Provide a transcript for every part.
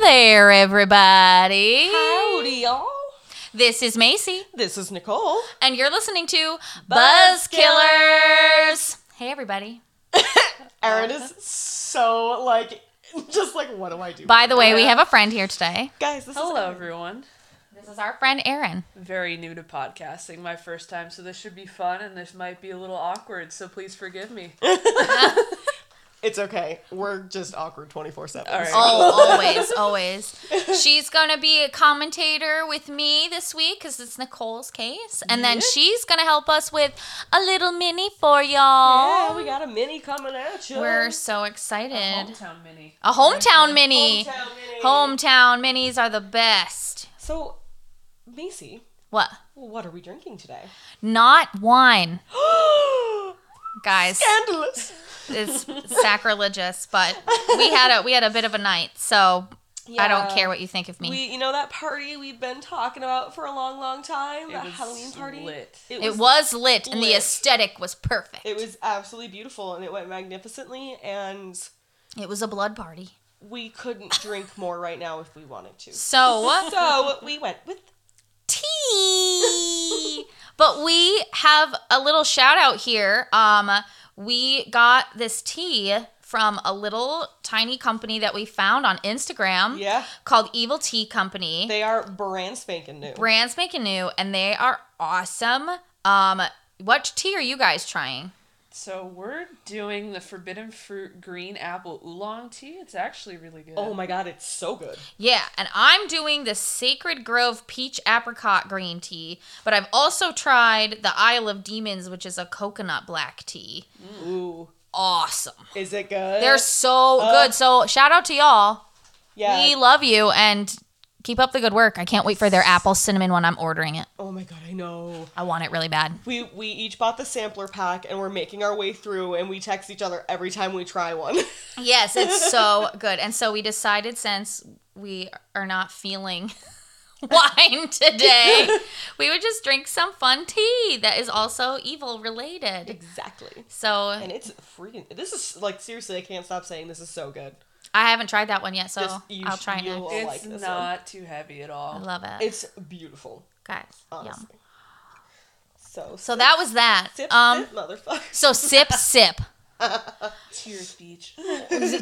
there, everybody. Howdy, y'all. This is Macy, This is Nicole. and you're listening to Buzz Buzz Killers. Hey, everybody. Erin is so like, just like, what do I do? By the way, we have a friend here today. guys, this is Hello, Erin. everyone. This is our friend Erin. Very new to podcasting, my first time, so this should be fun and this might be a little awkward, so please forgive me. It's okay. We're just awkward twenty four seven. All right. Oh, always, always. She's going to be a commentator with me this week because it's Nicole's case. And then she's going to help us with a little mini for y'all. Yeah, we got a mini coming at you. We're so excited. Hometown Mini. A hometown mini. Hometown mini. Hometown minis are the best. So, Macy, What? what are we drinking today? Not wine, guys. Scandalous. It's sacrilegious, but we had a we had a bit of a night, so I don't Yeah. care what you think of me. We, you know that party we've been talking about for a long, long time. that was Halloween party. lit. it was lit, and the lit. aesthetic was perfect. It was absolutely beautiful, and it went magnificently. And It was a blood party. we couldn't drink more right now if we wanted to. So So we went with tea. but we have a little shout out here. Um, we got this tea from a little tiny company that we found on Instagram. yeah. Called Evil Tea Company. They are brand spanking new. Brands making new, and they are awesome. Um, what tea are you guys trying? So we're doing the forbidden fruit green apple oolong tea. It's actually really good. oh my god, it's so good. Yeah, and I'm doing the Sacred Grove Peach Apricot Green Tea, but I've also tried the Isle of Demons, which is a coconut black tea. Ooh, Awesome. is it good? Mm. They're so good. So shout out to y'all. yeah. We love you and keep up the good work. I can't wait for their apple cinnamon when I'm ordering it. oh my god, I know. I want it really bad. We we each bought the sampler pack and we're making our way through and we text each other every time we try one. Yes, it's so good. And so we decided since we are not feeling wine today, we would just drink some fun tea that is also evil related. exactly. So And it's freaking. This is like seriously, I can't stop saying this is so good. I haven't tried that one yet, so Just- you I'll sh- try it next. you'll- don't it's like this not too heavy at I all. love it. It's beautiful, Guys, honestly. yum. So So that was that. sip, Um sip, motherfucker. so sip sip. Tears beach.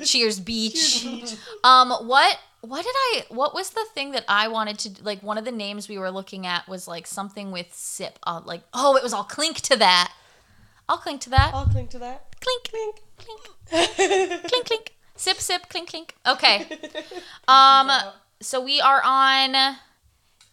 Cheers beach. Um what what did I what was the thing that I wanted to like one of the names we were looking at was like something with sip uh, like oh it was all clink to that. I'll clink to that. I'll cling to that. Clink Clink. clink clink clink sip sip clink clink. Okay. Um so we are on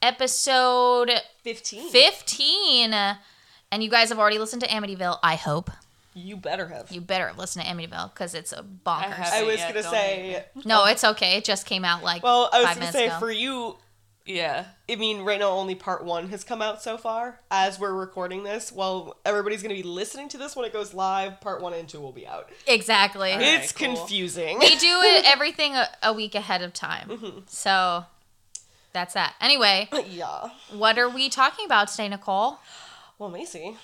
episode Fifteen. 15 and you guys have already listened to Amityville, I hope. You better have. You better have listened to Amityville cuz it's a bonkers. have. I was Yeah, gonna don't hate say. No, it's okay. It just came out like Well, I was Five gonna minutes say ago. for you, Yeah. I mean, right now only part one has come out so far. As we're recording this, well, everybody's gonna be listening to this when it goes live. Part one and two will be out. exactly. Alright, it's cool. confusing. They do it everything a, a week ahead of time. So that's that. Anyway, yeah. what are we talking about today, Nicole? Well, Macy.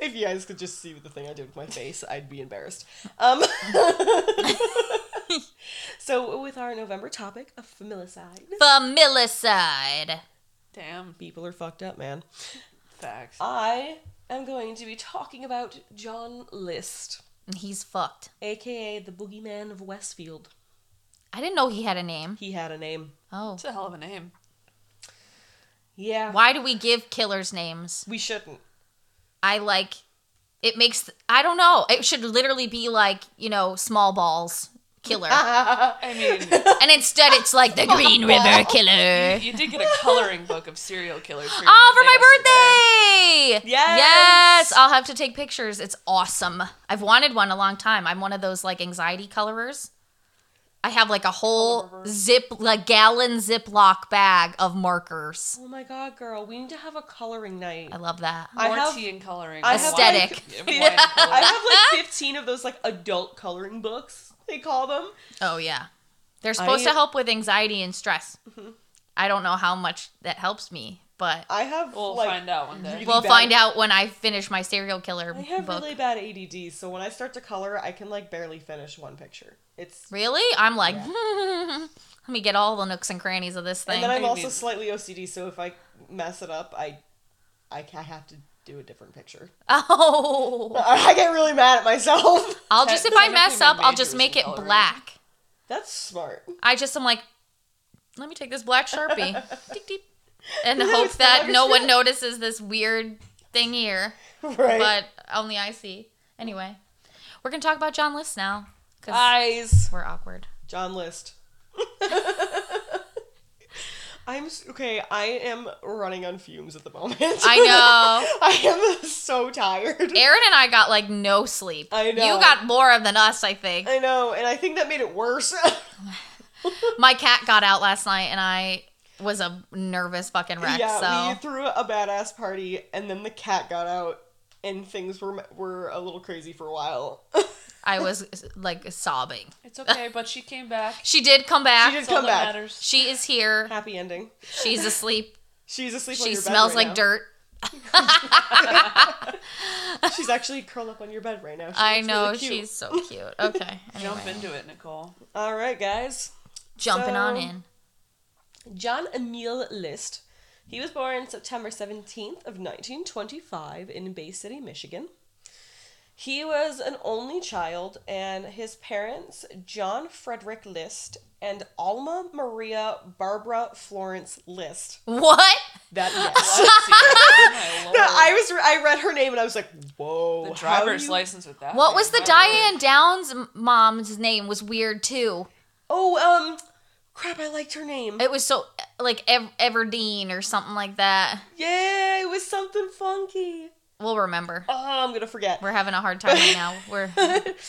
if you guys could just see the thing I did with my face, I'd be embarrassed. Um. so, with our November topic of familicide, Familicide. Damn people are fucked up, man. facts. I am going to be talking about John List, He's fucked. aka the boogeyman of Westfield. I didn't know he had a name. He had a name. Oh. It's a hell of a name. Yeah. Why do we give killers names? We shouldn't. I like it makes I don't know. It should literally be like, you know, small balls killer. Oh I mean, and instead it's like the Green River killer. you did get a coloring book of serial killers. your Oh, for my birthday yesterday. birthday! Yes. Yes! I'll have to take pictures. It's awesome. I've wanted one a long time. I'm one of those like anxiety colorers. I have like a whole Colorer. zip, like gallon Ziploc bag of markers. Oh my god, girl, we need to have a coloring night. I love that. I More have- tea and coloring. I have, like, Aesthetic. Wine- wine I coloring. have like 15 of those like adult coloring books, they call them. Oh, yeah. They're supposed I- Mm-hmm. to help with anxiety and stress. I don't know how much that helps me, but I have We'll like find out one day. really we'll bad- find out when I finish my serial killer I have book. really bad ADD, so when I start to color, I can like barely finish one picture. It's Really? I'm like, let me get all the nooks and crannies of this and thing. then I'm I also mean- slightly OCD, so if I mess it up, I I ca- have to do a different picture. oh, I get really mad at myself. I'll just if I mess Technically, my up, I'll major is just in make it coloring. black. That's smart. I just am like, let me take this black sharpie, Tick, tick. and No, hope it's that not. no one notices this weird thing here. Right. But only I see. Anyway, we're gonna talk about John List now because Eyes. we're awkward. John List. I'm s- okay. I am running on fumes at the moment. I know. I am so tired. Aaron and I got like no sleep. I You know. got more of than us, I think. I know, and I think that made it worse. My cat got out last night and I was a nervous fucking wreck. yeah, we so threw a badass party, and then the cat got out, and things were were a little crazy for a while. I was like sobbing. It's okay, but she came back. She did come back. She She, did That's all come that back. matters. is here. Happy ending. She's asleep. She's asleep. on She your smells bed like right now. dirt. She's actually curled up on your bed right now. She I looks know really cute. she's so cute. Okay, Jump anyway. into it, Nicole. All right, guys. jumping on So- in. John Emile List. He was born September 17th of 1925 in Bay City, Michigan. He was an only child and his parents, John Frederick List and Alma Maria Barbara Florence List. What? That Let's yes. see. Oh, my lord. I was I read her name and I was like, "Whoa." the how driver's you- license with that. What man. was the My Diane Downs m- mom's name? Was weird too. Oh, um crap, I liked her name. It was so like Ev- Everdeen or something like that. yeah, it was something funky. We'll remember. Oh, I'm going to forget. We're having a hard time right now. We're,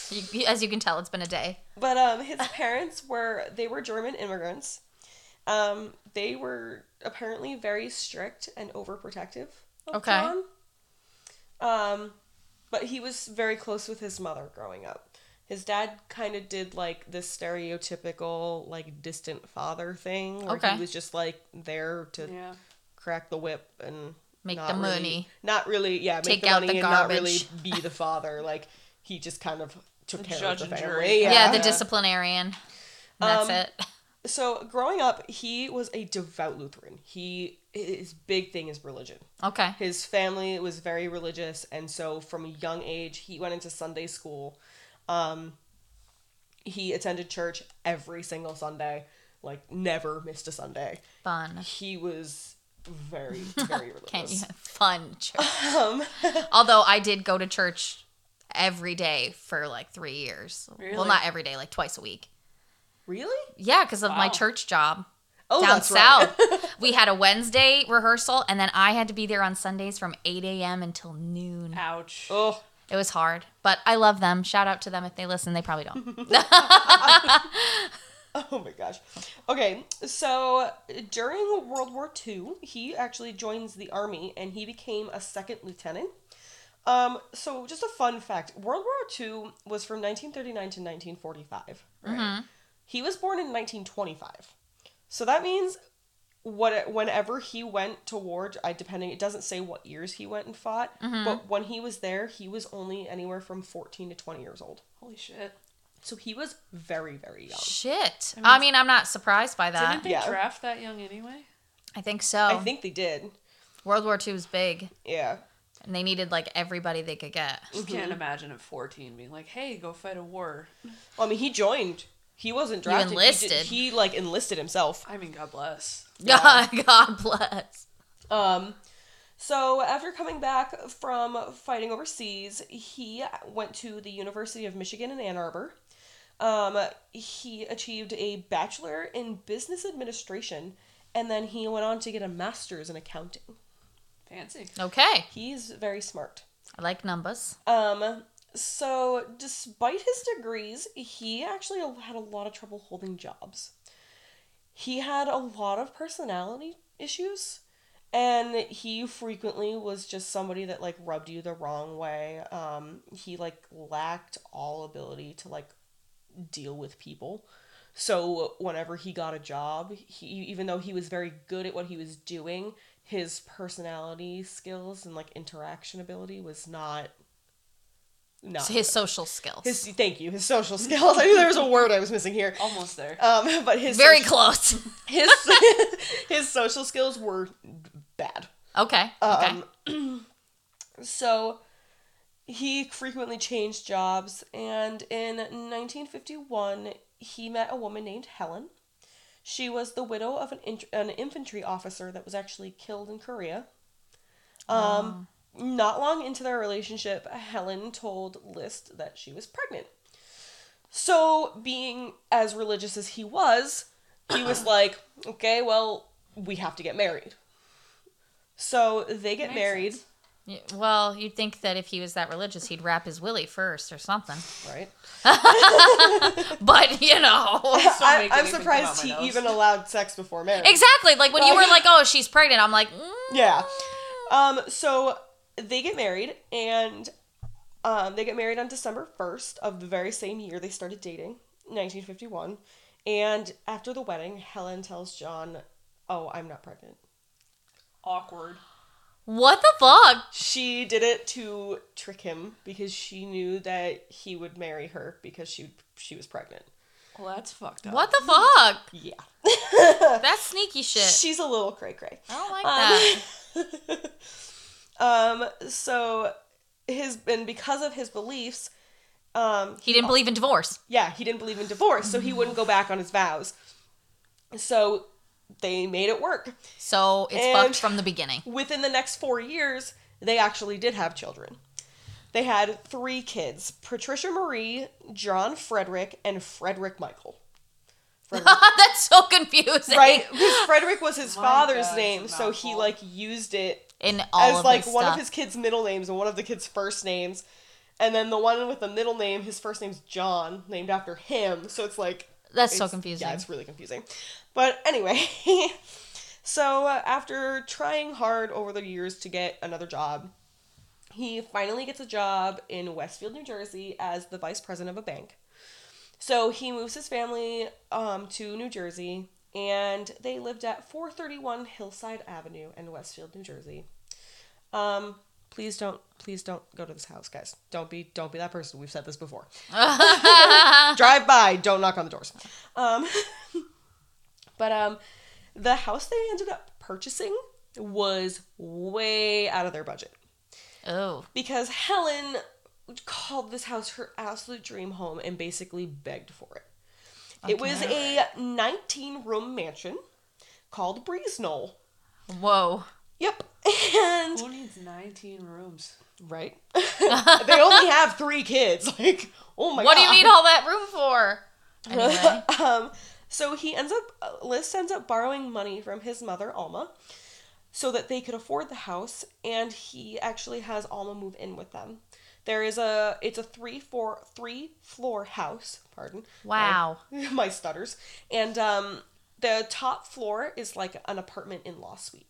you, you- as you can tell, it's been a day. But um, his parents were they were German immigrants. Um, they were apparently very strict and overprotective. Of Okay. John. Um, but he was very close with his mother growing up. His dad kind of did like this stereotypical like distant father thing, where Okay. he was just like there to lord. Yeah. crack the whip and Make not the really- money. Not really, yeah, make Take the out money the and not really garbage. be the father. Like he just kind of took The care judge of the and family. jury. Yeah, Yeah. the disciplinarian. Um, That's it. so growing up he was a devout lutheran he his big thing is religion Okay. his family was very religious and so from a young age he went into sunday school um he attended church every single sunday like never missed a sunday Fun. he was very very religious Can't you have fun church? um Although I did go to church every day for like three years. Well, Really? not every day, like twice a week. really Yeah, because of my Wow. church job oh down that's right. south. we had a Wednesday rehearsal, and then I had to be there on Sundays from 8 a.m. until noon. Ouch. oh It was hard, but I love them. Shout out to them if they listen. They probably don't. Oh my gosh. Okay, so during World War II, he actually joins the army and he became a second lieutenant. Um, so just a fun fact World War II was from 1939 to 1945. Right? He was born in 1925. So that means what whenever he went to war, I depending it doesn't say what years he went and fought, but when he was there, he was only anywhere from 14 to 20 years old. Holy shit. So he was very, very young. Shit. I mean, I'm not surprised by that. Didn't they Uh, yeah. draft that young anyway? I think so. I think they did. World War II was big, Yeah. and they needed like everybody they could get. Just Mm-hmm. can't imagine at 14 being like, hey, go fight a war. Well, I mean, he joined. He wasn't drafted. He did- enlisted. He, like enlisted himself. I mean, God bless. Yeah. God bless. Um, so after coming back from fighting overseas, he went to the University of Michigan in Ann Arbor. Um, he achieved a bachelor in business administration, and then he went on to get a master's in accounting. Fancy. Okay. He's very smart. I like numbers. Um, so despite his degrees, he actually had a lot of trouble holding jobs. He had a lot of personality issues, and he frequently was just somebody that like rubbed you the wrong way. Um, he like lacked all ability to like deal with people. So whenever he got a job, he even though he was very good at what he was doing, his personality skills and like interaction ability was not not his social skills. Uh, his thank you his social skills i knew there was a word i was missing here Almost there. um but his Very social- close. his his social skills were bad okay. okay. um, so he frequently changed jobs, and in 1951, he met a woman named Helen. She was the widow of an, int- an infantry officer that was actually killed in Korea. Um, Oh. Not long into their relationship, Helen told List that she was pregnant. So, being as religious as he was, he was like, okay, well, we have to get married. So they get Makes married, sense. Yeah, Well, you'd think that if he was that religious, he'd wrap his willy first or something. right? But you know, So I, I'm big that it can come out surprised my he nose. even allowed sex before marriage. exactly. Like when you were like, "Oh, she's pregnant," I'm like, mm, Yeah. Um, so they get married, and um, they get married on December 1st of the very same year they started dating, 1951. And after the wedding, Helen tells John, Oh, I'm not pregnant. Awkward. "What the fuck?" She did it to trick him because she knew that he would marry her because she she was pregnant. Well, that's fucked up. What the fuck? Yeah. That's sneaky shit. She's a little cray cray. I don't like Um, that. Um, so his and because of his beliefs, um, He didn't believe in divorce. yeah, he didn't believe in divorce, so he wouldn't go back on his vows. So they made it work. So it's And- fucked from the beginning. Within the next four years, they actually did have children. They had three kids Patricia Marie, John Frederick, and Frederick Michael. Frederick, That's so confusing. right? Because Frederick was his My father's God, it's a name, so he mouthful. like used it In all as of like his one stuff. of his kids' middle names and one of the kids' first names. And then the one with the middle name, his first name's John, named after him. So it's like That's so it's- confusing. Yeah, it's really confusing. But anyway, so uh, after trying hard over the years to get another job, he finally gets a job in Westfield, New Jersey as the vice president of a bank. So he moves his family um, to New Jersey and they lived at 431 Hillside Avenue in Westfield, New Jersey. Um, please don't please don't go to this house, guys. Don't be don't be that person. We've said this before drive by don't knock on the doors um, but um, the house they ended up purchasing was way out of their budget oh, because helen called this house her absolute dream home and basically begged for it it was a 19 room mansion called breeze knoll whoa. yep and Who needs 19 rooms? right they only have three kids like oh my What god do you need all that room for? Anyway, um, so he ends up, Liz ends up borrowing money from his mother, Alma, so that they could afford the house, and he actually has Alma move in with them. There is a, it's a three, four, three floor house, pardon. wow. My, my stutters. And um, the top floor is like an apartment in law suite.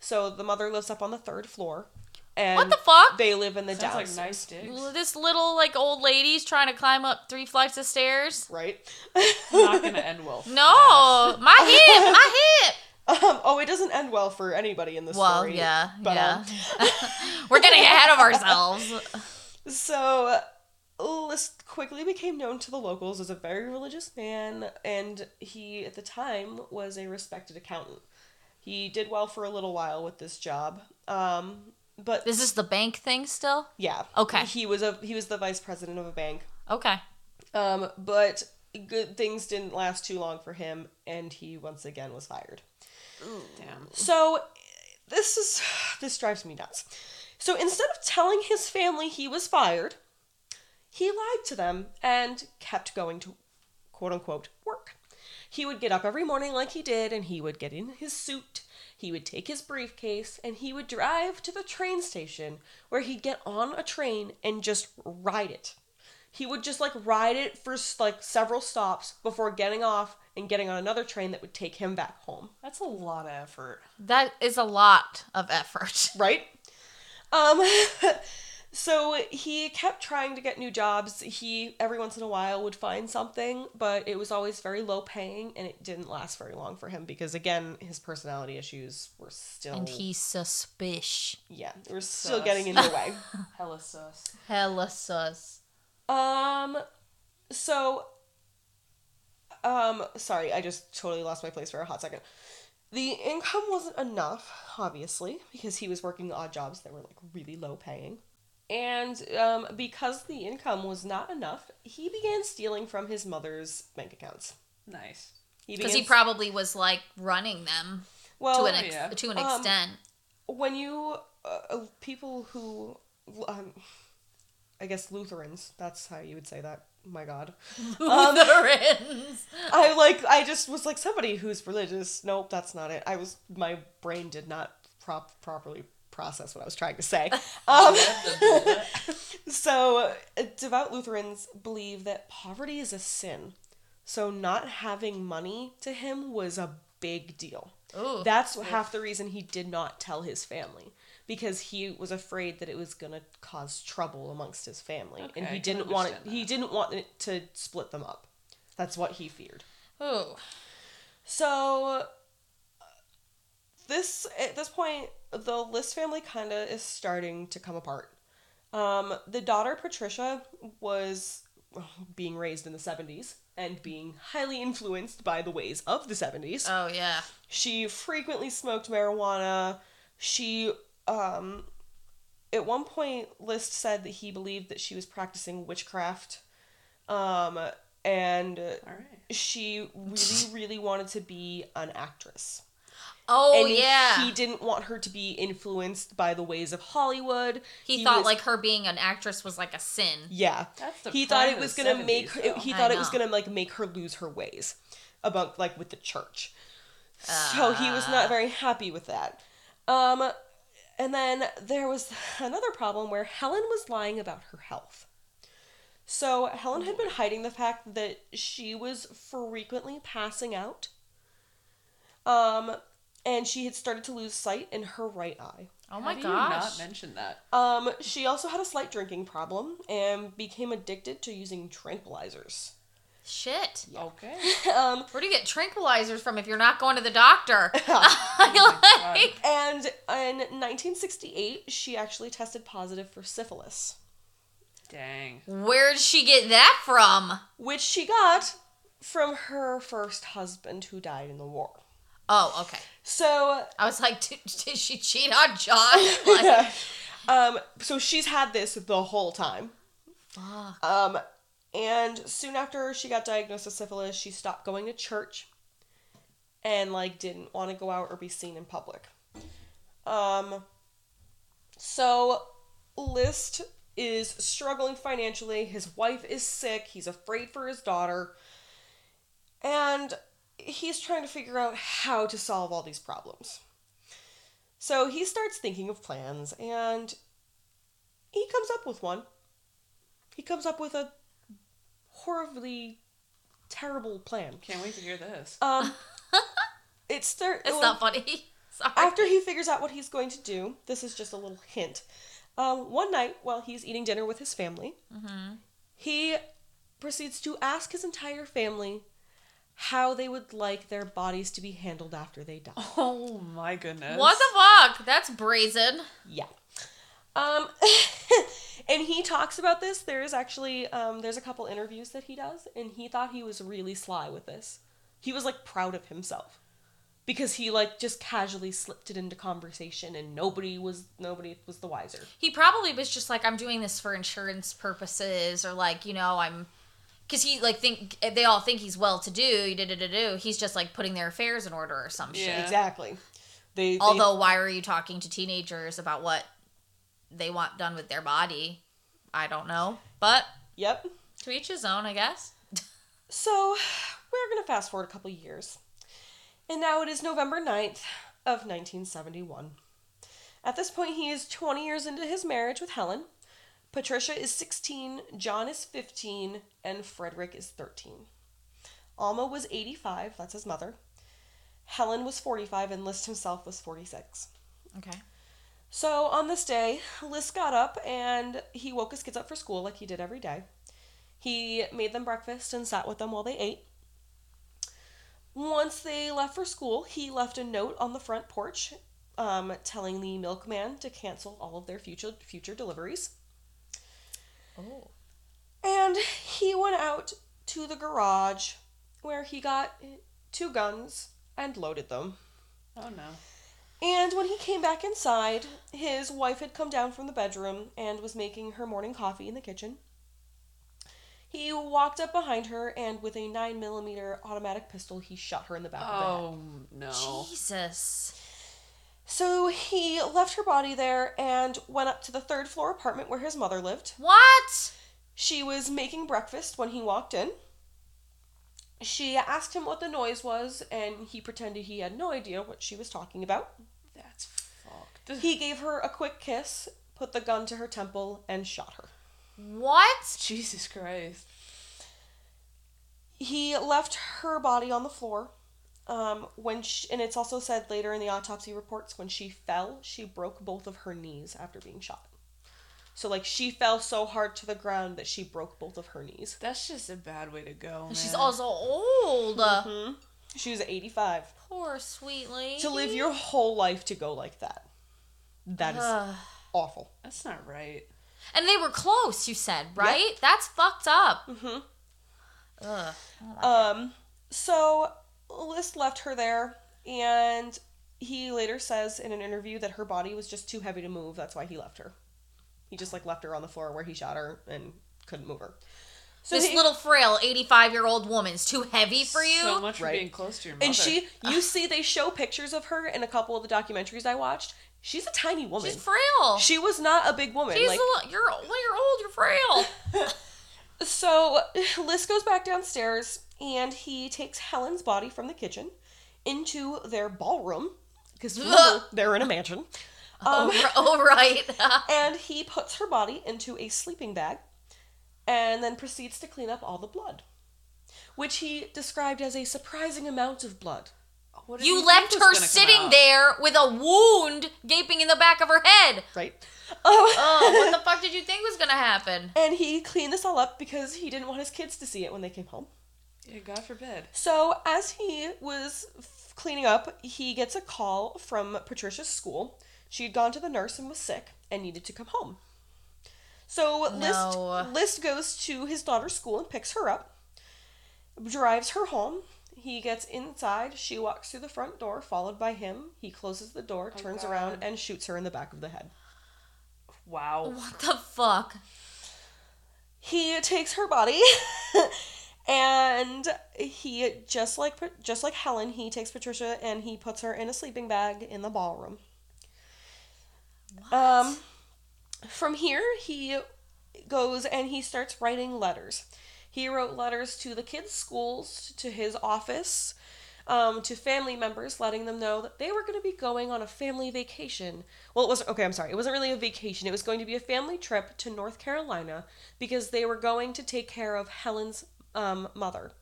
So the mother lives up on the third floor. And What the fuck? They live in the Sounds downstairs. like nice dicks. This little like old lady's trying to climb up three flights of stairs. Right? Not gonna end well. for us. No, my hip, my hip. Um, oh, it doesn't end well for anybody in this Well, story. yeah, but, yeah. um, We're getting ahead of ourselves. So, List quickly became known to the locals as a very religious man, and he, at the time, was a respected accountant. He did well for a little while with this job, um, but Is this the bank thing still? yeah, Okay. he was a he was the vice president of a bank. Okay. Um, but good things didn't last too long for him, and he once again was fired. Damn. So this is this drives me nuts. So instead of telling his family he was fired, he lied to them and kept going to quote unquote work. He would get up every morning like he did and he would get in his suit, he would take his briefcase and he would drive to the train station where he'd get on a train and just ride it. He would just like ride it for like several stops before getting off and getting on another train that would take him back home. That's a lot of effort. That is a lot of effort. right? Um, So he kept trying to get new jobs. He every once in a while would find something, but it was always very low paying and it didn't last very long for him because again, his personality issues were still And he's suspicious. yeah, were still Sus. getting in the way. Hella sus. Hella sus. Um, so, um, sorry, I just totally lost my place for a hot second. The income wasn't enough, obviously, because he was working odd jobs that were like really low paying. And um, because the income was not enough, he began stealing from his mother's bank accounts. Nice. Because he began- probably was like running them well, to an ex- yeah. to an Um, extent. when you uh, people who um, I guess Lutherans, that's how you would say that. My God. um, Lutherans. I like I just was like somebody who's religious. Nope, that's not it. I was my brain did not prop properly process what I was trying to say. Um, so uh, devout Lutherans believe that poverty is a sin. So not having money to him was a big deal. Ooh. That's half the reason he did not tell his family because he was afraid that it was going to cause trouble amongst his family Okay, and I he can didn't want it, understand he didn't want it to split them up. That's what he feared. Ooh. So this at this point, the List family kind of is starting to come apart. Um, the daughter Patricia was oh, being raised in the 70s and being highly influenced by the ways of the 70s. Oh yeah. She frequently smoked marijuana. She, um, at one point, List said that he believed that she was practicing witchcraft. Um, and All right. she really, really wanted to be an actress. Oh and yeah. He didn't want her to be influenced by the ways of Hollywood. He, thought was- like her being an actress was like a sin. yeah. That's the he thought prime it of was the gonna make 70s, her, though. he I thought it was know. gonna like make her lose her ways about like with the church. so he was Ah. not very happy with that. Um, and then there was another problem where Helen was lying about her health. So Helen had been hiding the fact that she was frequently passing out. Um, and she had started to lose sight in her right eye. Oh How my do you gosh. not mention that. Um, she also had a slight drinking problem and became addicted to using tranquilizers. Shit. Okay. Um, Where do you get tranquilizers from if you're not going to the doctor? my I like. and in 1968, she actually tested positive for syphilis. Dang. Where'd she get that from? which she got from her first husband who died in the war. Oh, okay. So, I was like, did, did she cheat on John? Like, um, so she's had this the whole time. fuck. Um, and soon after she got diagnosed with syphilis, she stopped going to church and like didn't want to go out or be seen in public. Um, so List is struggling financially. His wife is sick. He's afraid for his daughter. And he's trying to figure out how to solve all these problems. So he starts thinking of plans and he comes up with one he comes up with a horribly terrible plan. Can't wait to hear this. Um, it's there. It's not funny. Sorry. after he figures out what he's going to do. This is just a little hint. Um, one night while he's eating dinner with his family, Mm-hmm. he proceeds to ask his entire family how they would like their bodies to be handled after they die. Oh my goodness. What the fuck? That's brazen. Yeah. Um, and he talks about this. There is actually um, there's a couple interviews that he does, and he thought he was really sly with this. He was like proud of himself because he like just casually slipped it into conversation, and nobody was nobody was the wiser. He probably was just like, I'm doing this for insurance purposes, or like, you know, I'm. Because he, like, think. They all think he's well to do. Da da da do. He's just, like, putting their affairs in order or some shit. Yeah. Exactly. They, they- Although, why are you talking to teenagers about what they want done with their body? I don't know. But yep. to each his own, I guess. So we're gonna fast forward a couple years, and now it is November 9th of 1971. At this point, he is 20 years into his marriage with Helen. Patricia is 16, John is 15, and Frederick is 13. Alma was 85, that's his mother. Helen was 45, and List himself was 46. Okay. So on this day, Liz got up and he woke his kids up for school like he did every day. He made them breakfast and sat with them while they ate. Once they left for school, he left a note on the front porch um, telling the milkman to cancel all of their future future deliveries. Oh. And he went out to the garage where he got two guns and loaded them. Oh no. And when he came back inside, his wife had come down from the bedroom and was making her morning coffee in the kitchen. He walked up behind her and with a 9mm automatic pistol, he shot her in the back of the head. Oh no. Jesus. So he left her body there and went up to the third floor apartment where his mother lived. What? She was making breakfast when he walked in. She asked him what the noise was, and he pretended he had no idea what she was talking about. That's fucked. He gave her a quick kiss, put the gun to her temple, and shot her. What? Jesus Christ. He left her body on the floor. Um, when she, and it's also said later in the autopsy reports when she fell, she broke both of her knees after being shot. So like she fell so hard to the ground that she broke both of her knees. That's just a bad way to go. Man. She's also old. She was 85. Poor sweet lady. To live your whole life to go like that. That is Ugh. awful. That's not right. And they were close, you said, right? That's fucked up. Mm-hmm. Ugh. Um, so List left her there, and he later says in an interview that her body was just too heavy to move. That's why he left her. He just like left her on the floor where he shot her and couldn't move her. So This he- little frail 85 year old woman's too heavy for you. So much for Right. being close to your mother. and she, you see, they show pictures of her in a couple of the documentaries I watched. She's a tiny woman. She's frail. she was not a big woman. She's like a little, you're well, you're old. You're frail. So Liz goes back downstairs and he takes Helen's body from the kitchen into their ballroom because they're in a mansion. Um, oh, r- oh, right. and he puts her body into a sleeping bag and then proceeds to clean up all the blood, which he described as a surprising amount of blood. What did you think left was her gonna come sitting out? there with a wound gaping in the back of her head. Right? Oh, what the fuck did you think was gonna happen? and he cleaned this all up because he didn't want his kids to see it when they came home. Yeah, God forbid. So, as he was f- cleaning up, he gets a call from Patricia's school. She had gone to the nurse and was sick and needed to come home. So, No. List, List goes to his daughter's school and picks her up, drives her home. He gets inside. She walks through the front door, followed by him. He closes the door, turns around, and shoots her in the back of the head. Wow. What the fuck? he takes her body and he just like just like Helen he takes Patricia and he puts her in a sleeping bag in the ballroom. Um from here he goes and he starts writing letters. He wrote letters to the kids' schools, to his office, um, to family members, letting them know that they were going to be going on a family vacation. Well, it wasn't, okay, I'm sorry. It wasn't really a vacation. It was going to be a family trip to North Carolina because they were going to take care of Helen's um, mother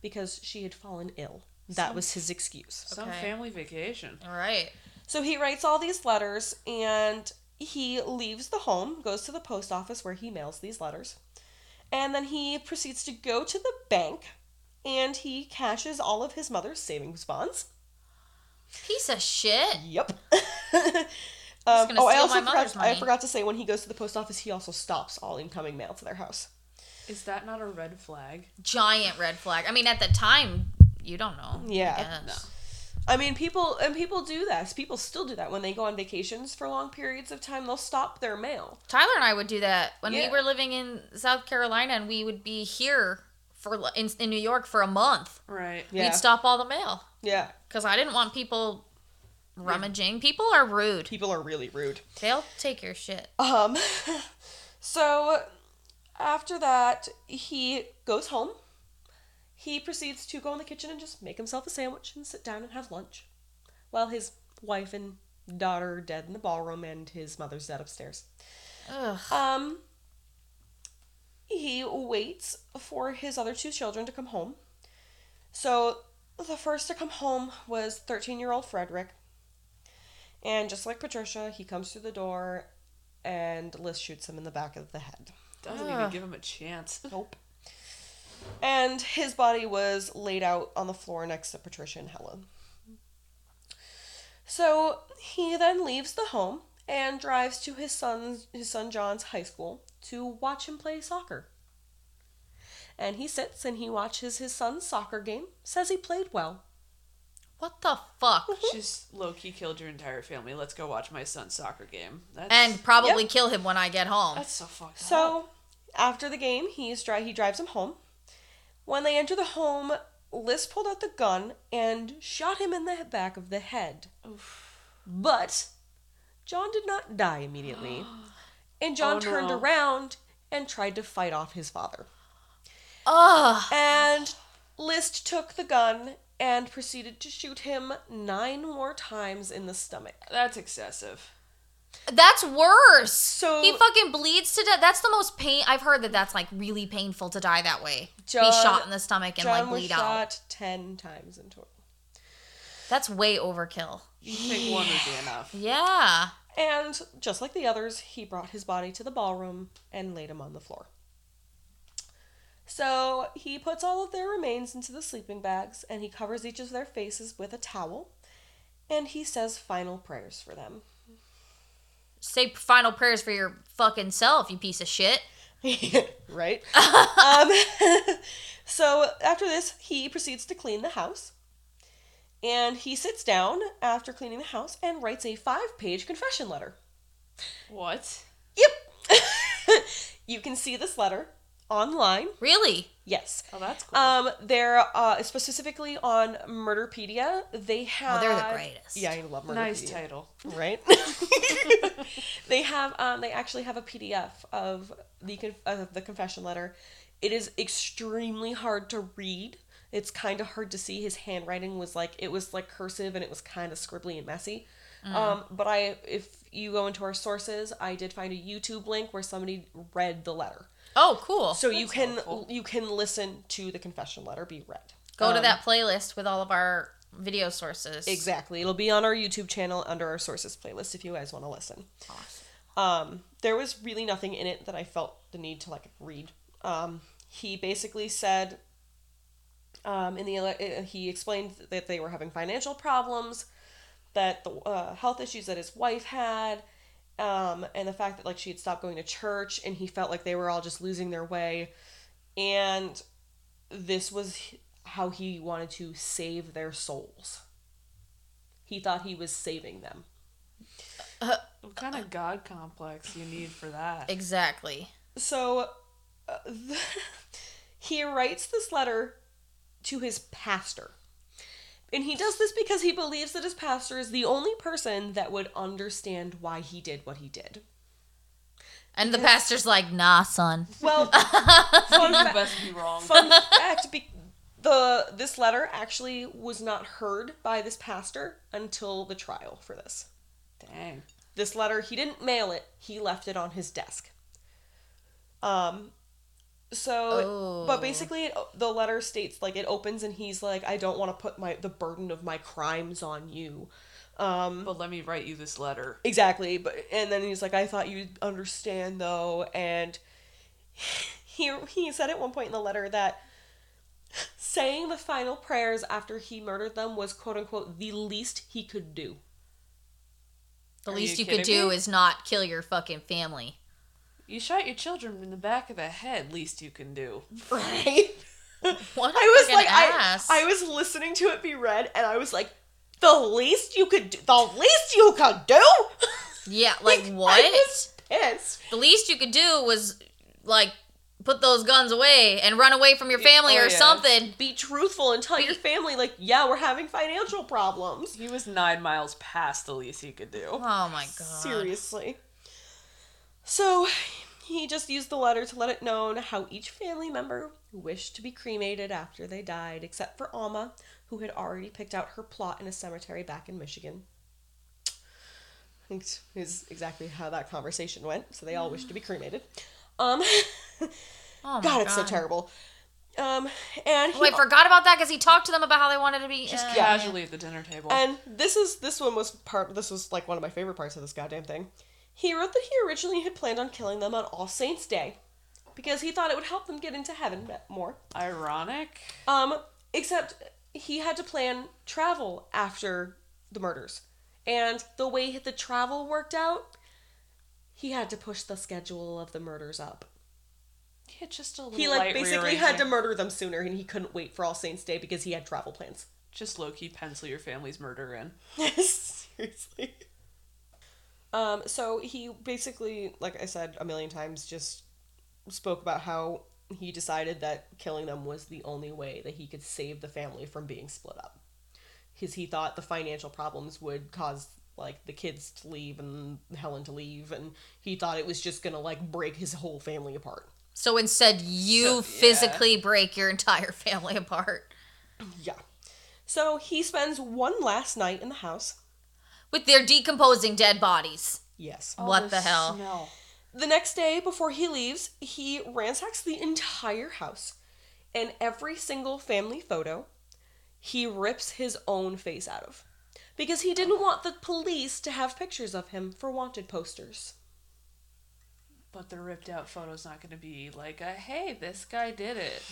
because she had fallen ill. That was his excuse. Some Okay. family vacation. All right. So he writes all these letters and he leaves the home, goes to the post office where he mails these letters, and then he proceeds to go to the bank and he cashes all of his mother's savings bonds. Piece of shit. Yep. gonna Um, oh, I steal also my forgot, mother's I money. forgot to say when he goes to the post office, he also stops all incoming mail to their house. Is that not a red flag? Giant red flag. I mean, at the time, you don't know. I Yeah. guess. I mean, people and people do this. People still do that when they go on vacations for long periods of time. They'll stop their mail. Tyler and I would do that when Yeah. we were living in South Carolina, and we would be here for in, in New York for a month. Right. Yeah. We'd stop all the mail Yeah. because I didn't want people rummaging. People are rude. People are really rude. They'll take your shit. Um, so after that, he goes home. He proceeds to go in the kitchen and just make himself a sandwich and sit down and have lunch while his wife and daughter are dead in the ballroom and his mother's dead upstairs. Ugh. Um, he waits for his other two children to come home. So the first to come home was 13 year old Frederick. And just like Patricia, he comes through the door and Liz shoots him in the back of the head. Doesn't even Ugh. give him a chance. Nope. And his body was laid out on the floor next to Patricia and Helen. So he then leaves the home and drives to his son's his son John's high school to watch him play soccer. And he sits and he watches his son's soccer game, says he played well. What the fuck? Just low key killed your entire family. Let's go watch my son's soccer game. That's, And probably kill him when I get home. that's so fucked up. So after the game, he's dri- he drives him home. When they enter the home, Liz pulled out the gun and shot him in the back of the head. But John did not die immediately. And John Oh, turned no. around and tried to fight off his father. Ugh. And List took the gun and proceeded to shoot him nine more times in the stomach. that's excessive. That's worse. So- he fucking bleeds to death. That's the most pain. I've heard that that's like really painful to die that way. John- Be shot in the stomach and John like was bleed out. shot ten times in total. That's way overkill. You think one would be enough? Yeah. And just like the others, he brought his body to the ballroom and laid him on the floor. So he puts all of their remains into the sleeping bags and he covers each of their faces with a towel and he says final prayers for them. Say final prayers for your fucking self, you piece of shit. right? um, so after this, he proceeds to clean the house. And he sits down after cleaning the house and writes a five page confession letter. What? Yep! you can see this letter online. Really? Yes. Oh, that's cool. Um, they're uh, specifically on Murderpedia. They have. Oh, they're the greatest. Uh, Yeah, I love Murderpedia. nice title. right? they have. Um, they actually have a PDF of the conf- of the confession letter. It is extremely hard to read. It's kind of hard to see. His handwriting was like it was like cursive and it was kind of scribbly and messy. Mm. Um, but I, if you go into our sources, I did find a YouTube link where somebody read the letter, Oh, cool. so you can helpful. you can listen to the confession letter be read. Go to Um, that playlist with all of our video sources. Exactly. It'll be on our YouTube channel under our sources playlist if you guys want to listen. Awesome. Um, there was really nothing in it that I felt the need to like read. Um, he basically said, um, in the ele- uh, he explained that they were having financial problems, that the uh, health issues that his wife had, um, and the fact that like she had stopped going to church, and he felt like they were all just losing their way, and this was h- how he wanted to save their souls. He thought he was saving them. What kind of god complex you need for that? Exactly. So uh, he writes this letter to his pastor. And he does this because he believes that his pastor is the only person that would understand why he did what he did. And the pastor's like, nah, son. Well, fun, You fa- best be wrong. fun fact be- the this letter actually was not heard by this pastor until the trial for this. Dang. This letter, he didn't mail it, he left it on his desk. Um, so, but Oh. basically, it- the letter states like it opens and he's like, I don't want to put my the burden of my crimes on you. Um, But let me write you this letter. exactly. But and then he's like, I thought you'd understand though. And he, he said at one point in the letter that saying the final prayers after he murdered them was quote unquote the least he could do. The Are least you you, could kidding do me? is not kill your fucking family. You shot your children in the back of the head. Least you can do. Right? What a I was Oh, fucking like, I, ass. I was listening to it be read, and I was like, the least you could do, the least you could do. yeah, like I what? was pissed. The least you could do was like put those guns away and run away from your family oh, or yeah. something. Be truthful and tell your family, like, yeah, we're having financial problems. He was nine miles past the least he could do. Oh my god. Seriously. So he just used the letter to let it known how each family member wished to be cremated after they died, except for Alma, who had already picked out her plot in a cemetery back in Michigan. I think is exactly how that conversation went. So they all wished to be cremated. Um, Oh my God, it's so terrible. Um, and he Oh, I forgot about that because he talked to them about how they wanted to be. Just uh, casually at the dinner table. And this is this one was part. This was like one of my favorite parts of this goddamn thing. He wrote that he originally had planned on killing them on All Saints' Day, because he thought it would help them get into heaven be- more. Ironic. Um, except he had to plan travel after the murders, and the way the travel worked out, he had to push the schedule of the murders up. Yeah, just a little. He like light basically had to rearranging. murder them sooner, and he couldn't wait for All Saints' Day because he had travel plans. just low key pencil your family's murder in. Seriously. Um, so he basically, like I said a million times, just spoke about how he decided that killing them was the only way that he could save the family from being split up. Because he thought the financial problems would cause, like, the kids to leave and Helen to leave, and he thought it was just gonna, like, break his whole family apart. So instead, you yeah. physically break your entire family apart Yeah. So he spends one last night in the house. with their decomposing dead bodies. Yes. What the hell? Smell. The next day, before he leaves, he ransacks the entire house and every single family photo he rips his own face out of because he didn't want the police to have pictures of him for wanted posters. But the ripped out photo's not going to be like a hey, this guy did it.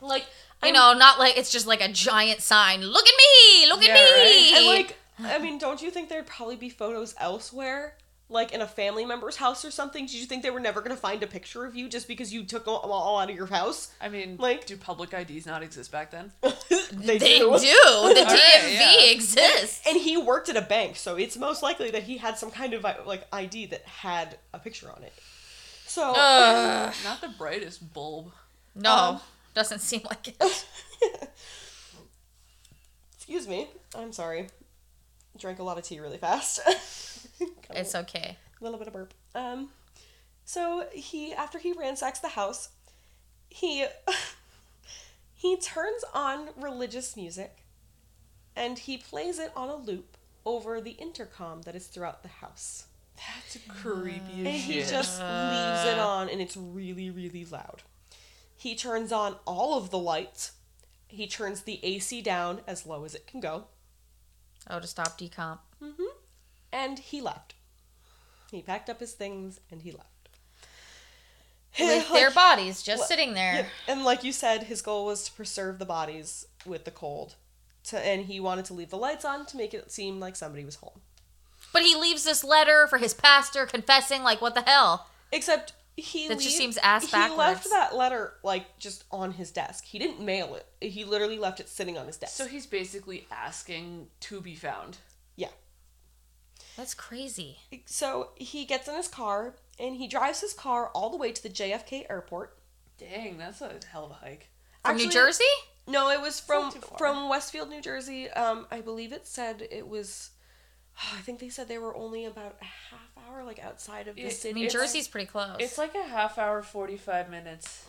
Like, You I'm- know, not like it's just like a giant sign. Look at me! Look Yeah, at me! right. and like, I mean, don't you think there'd probably be photos elsewhere? Like in a family member's house or something? Did you think they were never going to find a picture of you just because you took all, all out of your house? I mean, Like- like, do public IDs not exist back then? they, they do. The DMV yeah. exists. and he worked at a bank, so it's most likely that he had some kind of uh, like ID that had a picture on it. So Ugh. Not the brightest bulb. no, Um, doesn't seem like it. excuse me, I'm sorry. Drank a lot of tea really fast. Got a It's okay. little bit of burp. Um, so he after he ransacks the house, he he turns on religious music, and he plays it on a loop over the intercom that is throughout the house. That's creepy And as he shit. just leaves it on, and it's really, really loud. He turns on all of the lights. He turns the AC down as low as it can go, Oh, to stop decomp. and he left. He packed up his things and he left. With Like- their bodies just What- sitting there. Yep. And like you said, his goal was to preserve the bodies with the cold, to, and he wanted to leave the lights on to make it seem like somebody was home. But he leaves this letter for his pastor confessing, like, what the hell? Except he That just leave- seems ass He left backwards. that letter like just on his desk. He didn't mail it. He literally left it sitting on his desk. So he's basically asking to be found. yeah. That's crazy. So he gets in his car and he drives his car all the way to the JFK airport. Dang, that's a hell of a hike. From New Actually, Jersey? No, it was from not too far. from Westfield, New Jersey. Um, I believe it said it was. I think they said they were only about a half hour like outside of the It- city. New it's- Jersey's pretty close. It's like a half hour, 45 minutes,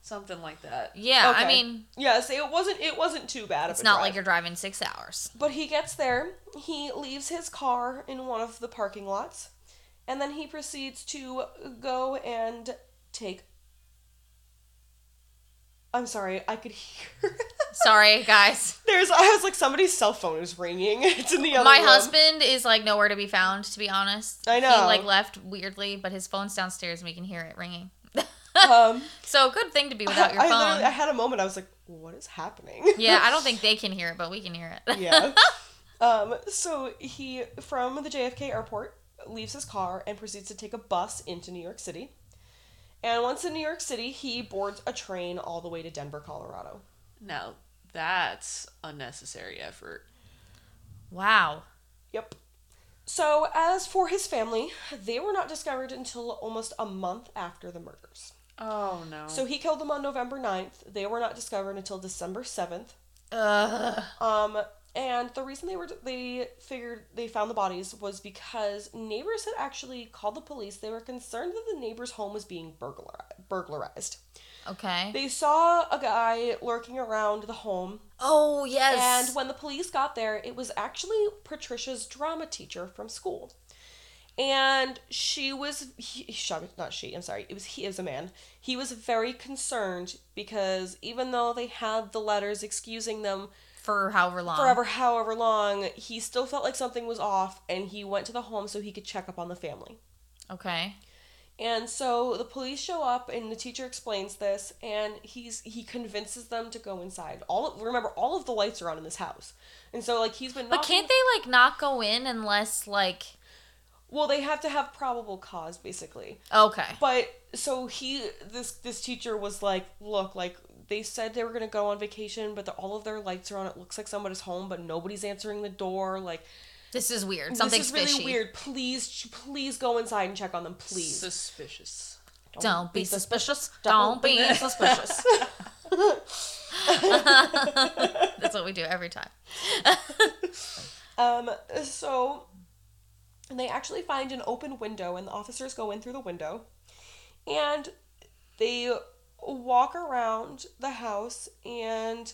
something like that. yeah, I Okay. mean, yeah, so it wasn't it wasn't too bad. it's not like you're driving six hours. But he gets there, he leaves his car in one of the parking lots, and then he proceeds to go and take. I'm sorry, I could hear. Sorry, guys. There's, I was like, somebody's cell phone is ringing. It's in the other My room. husband is like nowhere to be found, to be honest. I He know. like left weirdly, but his phone's downstairs and we can hear it ringing. Um, so good thing to be without your I, I phone. literally, I had a moment. I was like, what is happening? yeah, I don't think they can hear it, but we can hear it. yeah. Um, so he, from the JFK airport, leaves his car and proceeds to take a bus into New York City. And once in New York City, he boards a train all the way to Denver, Colorado. Now, that's unnecessary effort. wow. Yep. So, as for his family, they were not discovered until almost a month after the murders. Oh, no. So, he killed them on November 9th. They were not discovered until December 7th. Ugh. Um, and the reason they were they figured they found the bodies was because neighbors had actually called the police. They were concerned that the neighbor's home was being burglar- burglarized. Okay. They saw a guy lurking around the home, oh and yes. when the police got there, it was actually Patricia's drama teacher from school. and she was he, shot not she i'm sorry it was he as a man he was very concerned because even though they had the letters excusing them for however long. forever however long he still felt like something was off and he went to the home so he could check up on the family Okay. and so the police show up and the teacher explains this and he's he convinces them to go inside all of, remember all of the lights are on in this house and so like he's been But can't they like not go in unless like well they have to have probable cause basically okay. But so he this this teacher was like, look, like they said they were gonna go on vacation, but the, all of their lights are on. It looks like somebody's home, but nobody's answering the door. Like This is weird. Something's this is really fishy. weird. Please, please go inside and check on them, please. Suspicious. Don't be suspicious. Don't Don't be be suspicious. That's what we do every time. Um, so and they actually find an open window, and the officers go in through the window, and they walk around the house, and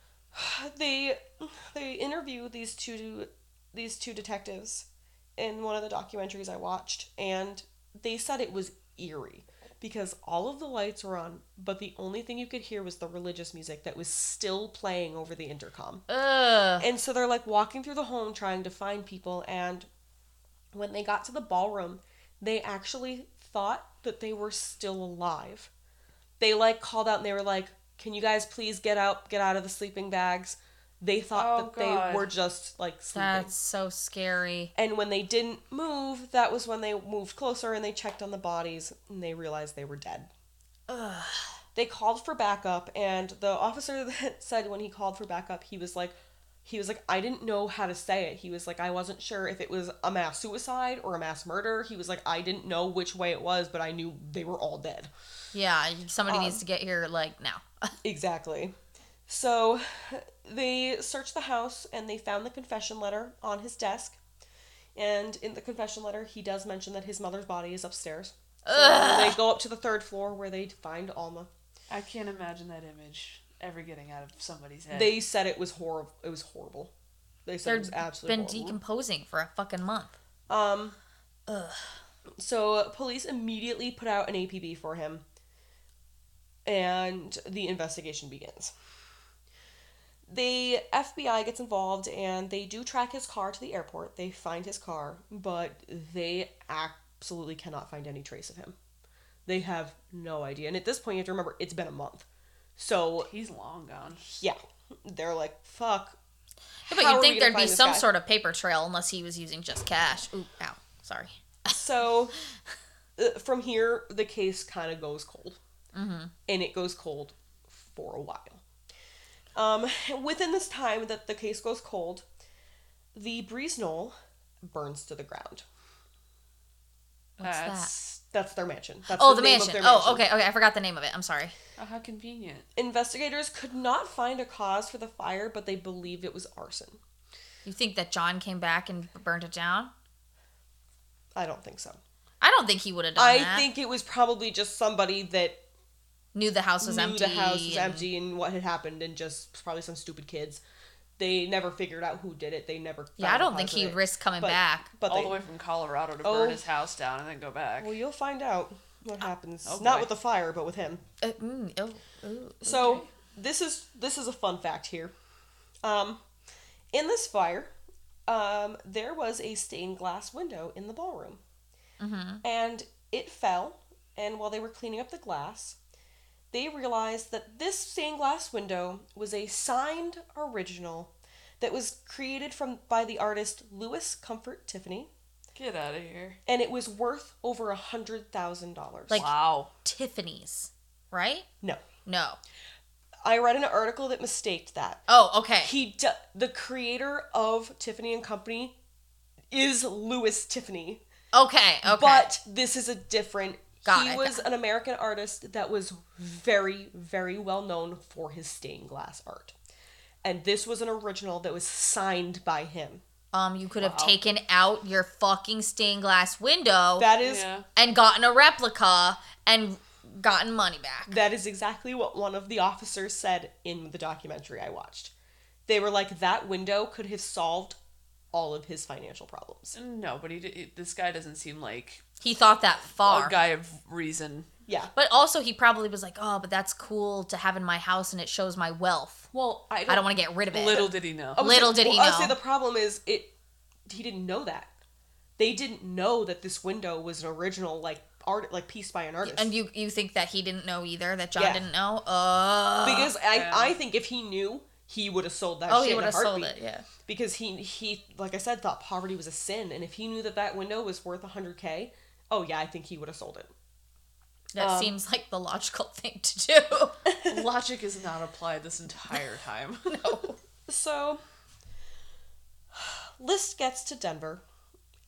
they they interview these two these two detectives in one of the documentaries I watched, and they said it was eerie because all of the lights were on, but the only thing you could hear was the religious music that was still playing over the intercom. Ugh. And so they're like walking through the home trying to find people. And when they got to the ballroom, they actually thought that they were still alive. They like called out and they were like, Can you guys please get out, get out of the sleeping bags? They thought Oh, that God. they were just like sleeping. That's so scary. And when they didn't move, that was when they moved closer and they checked on the bodies and they realized they were dead. Ugh. They called for backup, and the officer that said when he called for backup, he was like, he was like, I didn't know how to say it. He was like, I wasn't sure if it was a mass suicide or a mass murder. He was like, I didn't know which way it was, but I knew they were all dead. Yeah, somebody Um, needs to get here like now. Exactly. So they searched the house and they found the confession letter on his desk. And in the confession letter, he does mention that his mother's body is upstairs. So they go up to the third floor where they find Alma. I can't imagine that image ever getting out of somebody's head. They said it was horrible. It was horrible. They said it was They've absolutely been horrible. decomposing for a fucking month. um, Ugh. so police immediately put out an APB for him, and the investigation begins. The FBI gets involved and they do track his car to the airport. They find his car, but they absolutely cannot find any trace of him. They have no idea. And at this point, you have to remember it's been a month. So, He's long gone. yeah, they're like, fuck. Yeah, but how you'd are we think gonna there'd be find this some guy? sort of paper trail unless he was using just cash. Ooh, ow. Sorry. so uh, from here the case kind of goes cold Mm-hmm. and it goes cold for a while um, within this time that the case goes cold the breeze knoll burns to the ground What's That's that's their mansion that's Oh, the, name of mansion. their Oh, okay, okay. I forgot the name of it. I'm sorry. oh, how convenient. investigators could not find a cause for the fire but they believed it was arson You think that John came back and burned it down? i don't think so I don't think he would have done i that. think it was probably just somebody that knew the house was knew empty. the house was and- empty and what had happened and just probably some stupid kids. They never figured out who did it. They never. Yeah, found I the don't think cause of he it. risked coming But- back. But All they, the way from Colorado to Oh. burn his house down and then go back. well, you'll find out what happens. Oh, Not boy. with the fire, but with him. Uh, mm, oh, ooh. So this is this is a fun fact here. Um, in this fire, um, there was a stained glass window in the ballroom, and it fell. And while they were cleaning up the glass, they realized that this stained glass window was a signed original that was created from by the artist Lewis Comfort Tiffany, Get out of here. and it was worth over a hundred thousand dollars. Like- Wow. Tiffany's, right? no, No. I read an article that mistaked that. Oh, okay. he d- the creator of Tiffany and Company is Louis Tiffany, Okay, okay. but this is a different. Got he it, was an American artist that was very, very well known for his stained glass art, and this was an original that was signed by him. um, you could have taken out your fucking stained glass window That is Yeah. and gotten a replica and gotten money back. that is exactly what one of the officers said in the documentary I watched. They were like, that window could have solved all of his financial problems. No, but he, d- this guy doesn't seem like He thought that far. a guy of reason. Yeah. But also, he probably was like, "Oh, but that's cool to have in my house, and it shows my wealth. Well, I don't, I don't want to get rid of it." Little did he know. I would Little did he I would know. say the problem is it. He didn't know that. They didn't know that this window was an original like art like piece by an artist. and you you think that he didn't know either? That John Yeah. didn't know? Uh, because I Yeah. I think if he knew he would have sold that. oh, shit he in a would have sold it. heartbeat. Yeah. Because he he like I said thought poverty was a sin, and if he knew that that window was worth hundred k, oh yeah, I think he would have sold it. That Um, seems like the logical thing to do. Logic is not applied this entire time. So, List gets to Denver,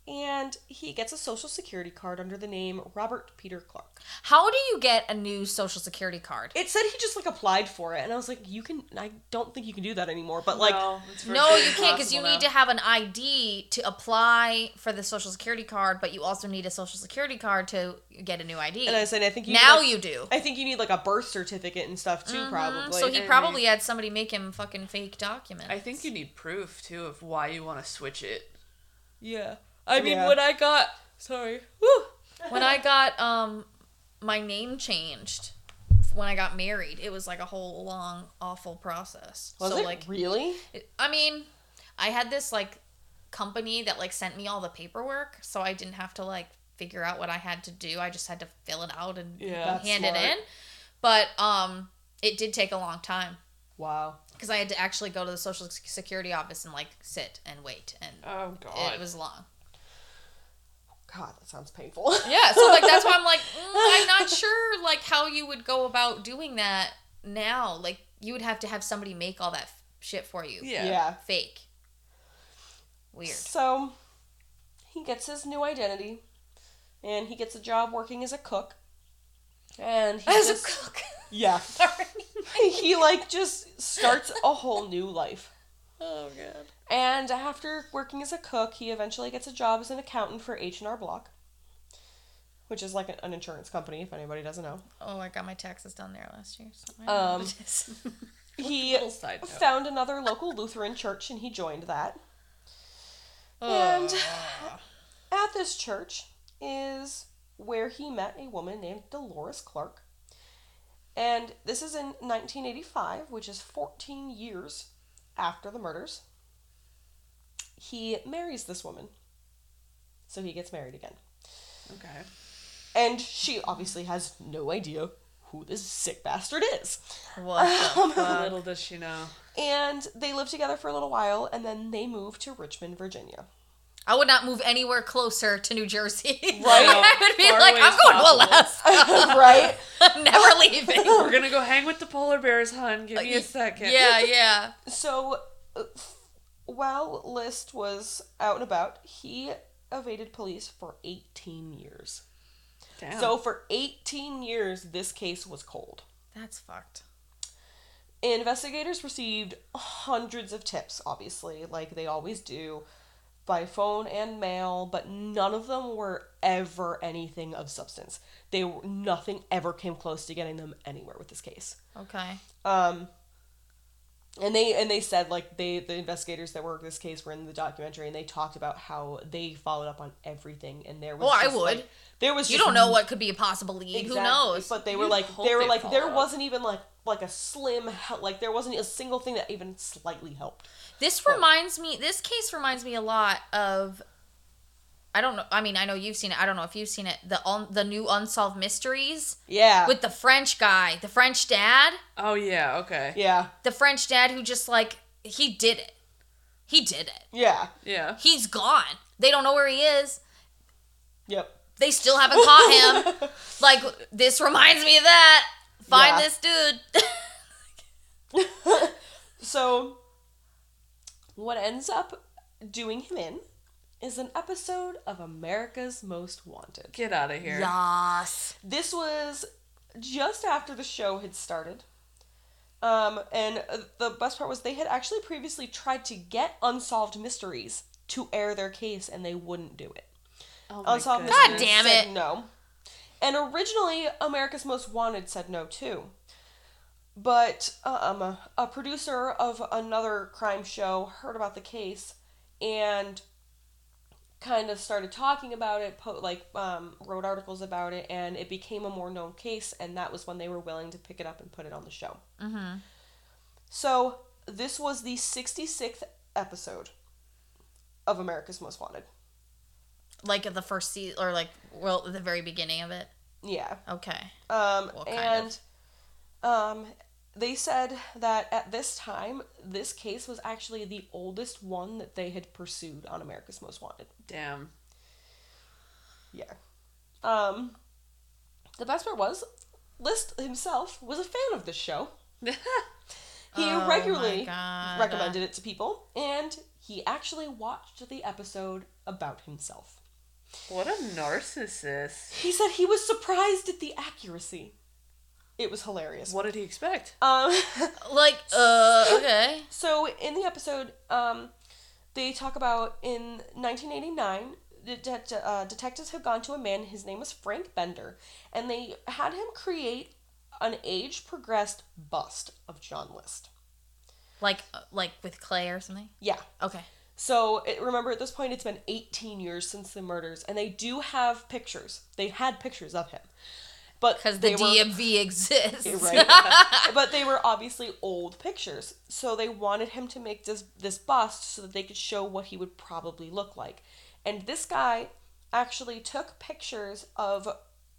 and he gets a social security card under the name Robert Peter Clark. How do you get a new social security card? It said he just like applied for it, and I was like, "You can." I don't think you can do that anymore. But like, no, it's virtually No, you can't because you impossible need to now. have an ID to apply for the social security card, but you also need a social security card to get a new ID. and I said, I think you now need, like- you do. I think you need like a birth certificate and stuff too, Mhm, probably. so he and probably had somebody make him fucking fake documents. I think you need proof too of why you want to switch it. yeah, I mean, when I got sorry, when I got um my name changed when I got married, it was like a whole long awful process. was so it like really? it- I mean, I had this like company that like sent me all the paperwork, so I didn't have to like figure out what I had to do. I just had to fill it out and Yeah. That's hand it smart. in. But um it did take a long time Wow. because I had to actually go to the social Sec- security office and like sit and wait and oh it was long. God, that sounds painful. Yeah, so like that's why I'm like mm, I'm not sure like how you would go about doing that now. Like you would have to have somebody make all that f- shit for you. yeah. yeah. Fake. Weird. So he gets his new identity, and he gets a job working as a cook. And he As a just, cook. yeah, he like just starts a whole new life. oh god. And after working as a cook, he eventually gets a job as an accountant for H and R Block, which is like an- an insurance company. If anybody doesn't know, Oh, I got my taxes done there last year. So I know Um, what it is. he Little side note. found another local Lutheran church and he joined that. And at this church is where he met a woman named Dolores Clark. And this is in 1985, which is 14 years after the murders. He marries this woman. So he gets married again. Okay. And she obviously has no idea who this sick bastard is. What the fuck? Little does she know. And they live together for a little while and then they move to Richmond, Virginia. I would not move anywhere closer to New Jersey. Right. I Right. would be Far like, away I'm as going to possible." Alaska. right? I'm never leaving. We're gonna go hang with the polar bears, hon. Give me a second. Uh, Yeah, yeah. So, uh, f- while List was out and about, he evaded police for 18 years. Damn. So, for 18 years, this case was cold. That's fucked. Investigators received hundreds of tips, obviously, like they always do, by phone and mail, but none of them were ever anything of substance. They were, nothing ever came close to getting them anywhere with this case. Okay. Um, and they and they said like they the investigators that worked this case were in the documentary and they talked about how they followed up on everything and there was Well, I just, like- would. there was You just don't know what could be a possible lead. exactly, Who knows? but they were You'd like hope they were they like there followed up. wasn't even like like a slim hel- like there wasn't a single thing that even slightly helped This reminds me. This case reminds me a lot of. I don't know. I mean, I know you've seen it. I don't know if you've seen it. The un, the new unsolved mysteries yeah with the French guy, the French dad, oh yeah. Okay. yeah the French dad who just like he did it. He did it. yeah Yeah. He's gone. They don't know where he is. yep They still haven't caught him. Like this reminds me of that. Find Yeah. this dude. so what ends up doing him in is an episode of America's Most Wanted. Get out of here. Yas. This was just after the show had started. Um, and uh, the best part was they had actually previously tried to get Unsolved Mysteries to air their case and they wouldn't do it. Oh my Unsolved goodness. God Mysteries damn said it. no. And originally, America's Most Wanted said no too. But um, a producer of another crime show heard about the case and kind of started talking about it, po- like um, wrote articles about it, and it became a more known case. And that was when they were willing to pick it up and put it on the show. Mm-hmm. So this was the 66th episode of America's Most Wanted. Like at the first season, or like well, at the very beginning of it. Yeah. Okay. Um, Well, kind and um, they said that at this time, this case was actually the oldest one that they had pursued on America's Most Wanted. Damn. Yeah. Um, the best part was, List himself was a fan of this show. He Oh my regularly God. recommended it to people, and he actually watched the episode about himself. what a narcissist. He said he was surprised at the accuracy. It was hilarious. What did he expect? Um, Like, uh, okay. so in the episode, um, they talk about in 1989, the det- uh, detectives had gone to a man. His name was Frank Bender, and they had him create an age-progressed bust of John List. Like, uh, like with clay or something. Yeah. Okay. So it, remember, at this point, it's been 18 years since the murders, and they do have pictures. They had pictures of him, but Because the they were- DMV exists. right? but they were obviously old pictures, so they wanted him to make this this bust so that they could show what he would probably look like. And this guy actually took pictures of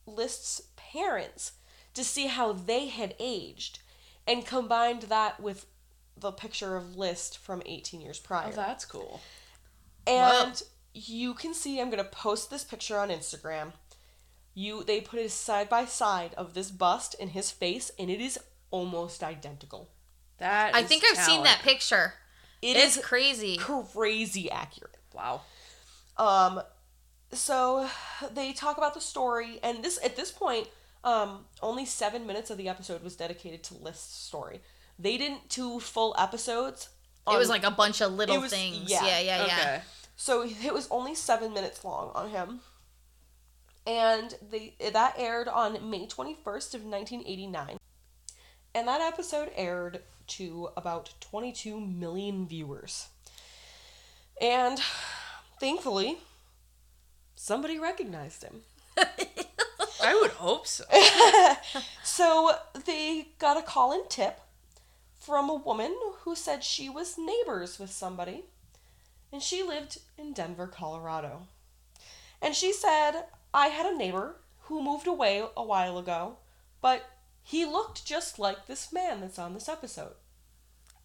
List's parents to see how they had aged, and combined that with the picture of List from 18 years prior. Oh, that's cool. And you can see I'm gonna post this picture on Instagram. You they put it side by side of this bust and his face, and it is almost identical. That I is think I've seen that talent. picture. It It's is crazy. crazy accurate. Wow. Um, so they talk about the story, and this at this point, um, only seven minutes of the episode was dedicated to List's story. They didn't do full episodes. it on- was like a bunch of little um, It was- things. yeah. Yeah, yeah, yeah. Okay. So it was only seven minutes long on him, and they that aired on May twenty first of nineteen eighty nine, and that episode aired to about twenty two million viewers, and thankfully, somebody recognized him. I would hope so. So they got a call in tip from a woman who said she was neighbors with somebody and she lived in Denver, Colorado. And she said, I had a neighbor who moved away a while ago, but he looked just like this man that's on this episode.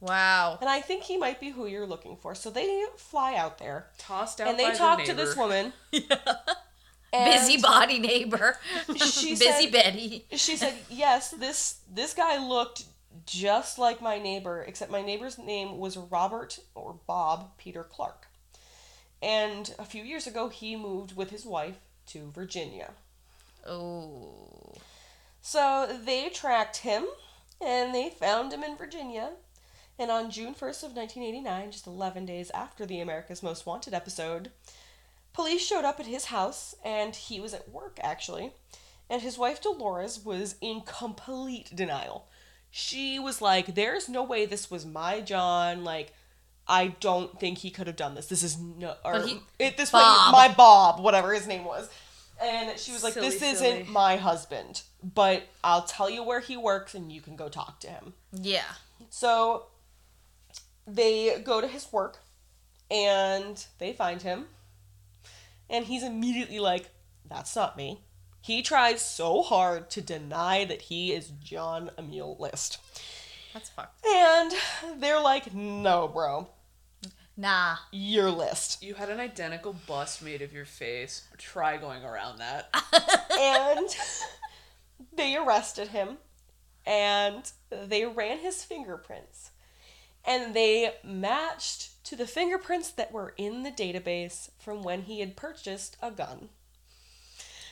Wow. And I think he might be who you're looking for. So they fly out there Tossed out and they by the talk to this neighbor. woman. And- Busybody neighbor. Busy She said- Betty. she said, "Yes, this this guy looked just like my neighbor, except my neighbor's name was Robert or Bob Peter Clark. And a few years ago, he moved with his wife to Virginia. Oh. So they tracked him, and they found him in Virginia." And on June 1st of 1989, just 11 days after the America's Most Wanted episode, police showed up at his house and he was at work actually. And his wife Dolores was in complete denial. She was like, "There's no way this was my John. Like, I don't think he could have done this. This is no or But he- it, this Bob. way my Bob, whatever his name was." And she was like, Silly, "This silly. isn't my husband, but I'll tell you where he works and you can go talk to him." Yeah. So they go to his work and they find him. And he's immediately like, That's not me. He tries so hard to deny that he is John Emil List. That's fucked. And they're like, No, bro, Nah. you're List. You had an identical bust made of your face. Try going around that. and they arrested him and they ran his fingerprints. And they matched to the fingerprints that were in the database from when he had purchased a gun.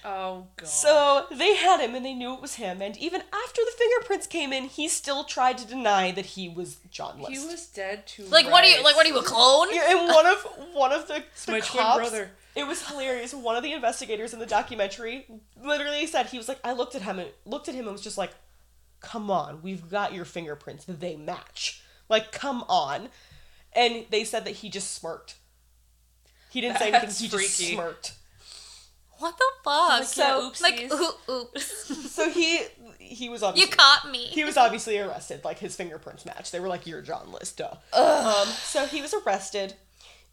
Oh god. So they had him and they knew it was him. And even after the fingerprints came in, he still tried to deny that he was John List. he was dead too. Like what are you? right. Like what are you a clone? Yeah, and one of one of the, the my cops, twin brother. It was hilarious. One of the investigators in the documentary literally said he was like, I looked at him and looked at him and was just like, "Come on, we've got your fingerprints. They match. Like, come on." And they said that he just smirked He didn't say anything. That's He just freaky. smirked. What the fuck? So- like, oopsies. ooh, oops, So he he was you obviously caught me. he was obviously arrested. Like his fingerprints matched. They were like you're John List, duh. Um, so he was arrested,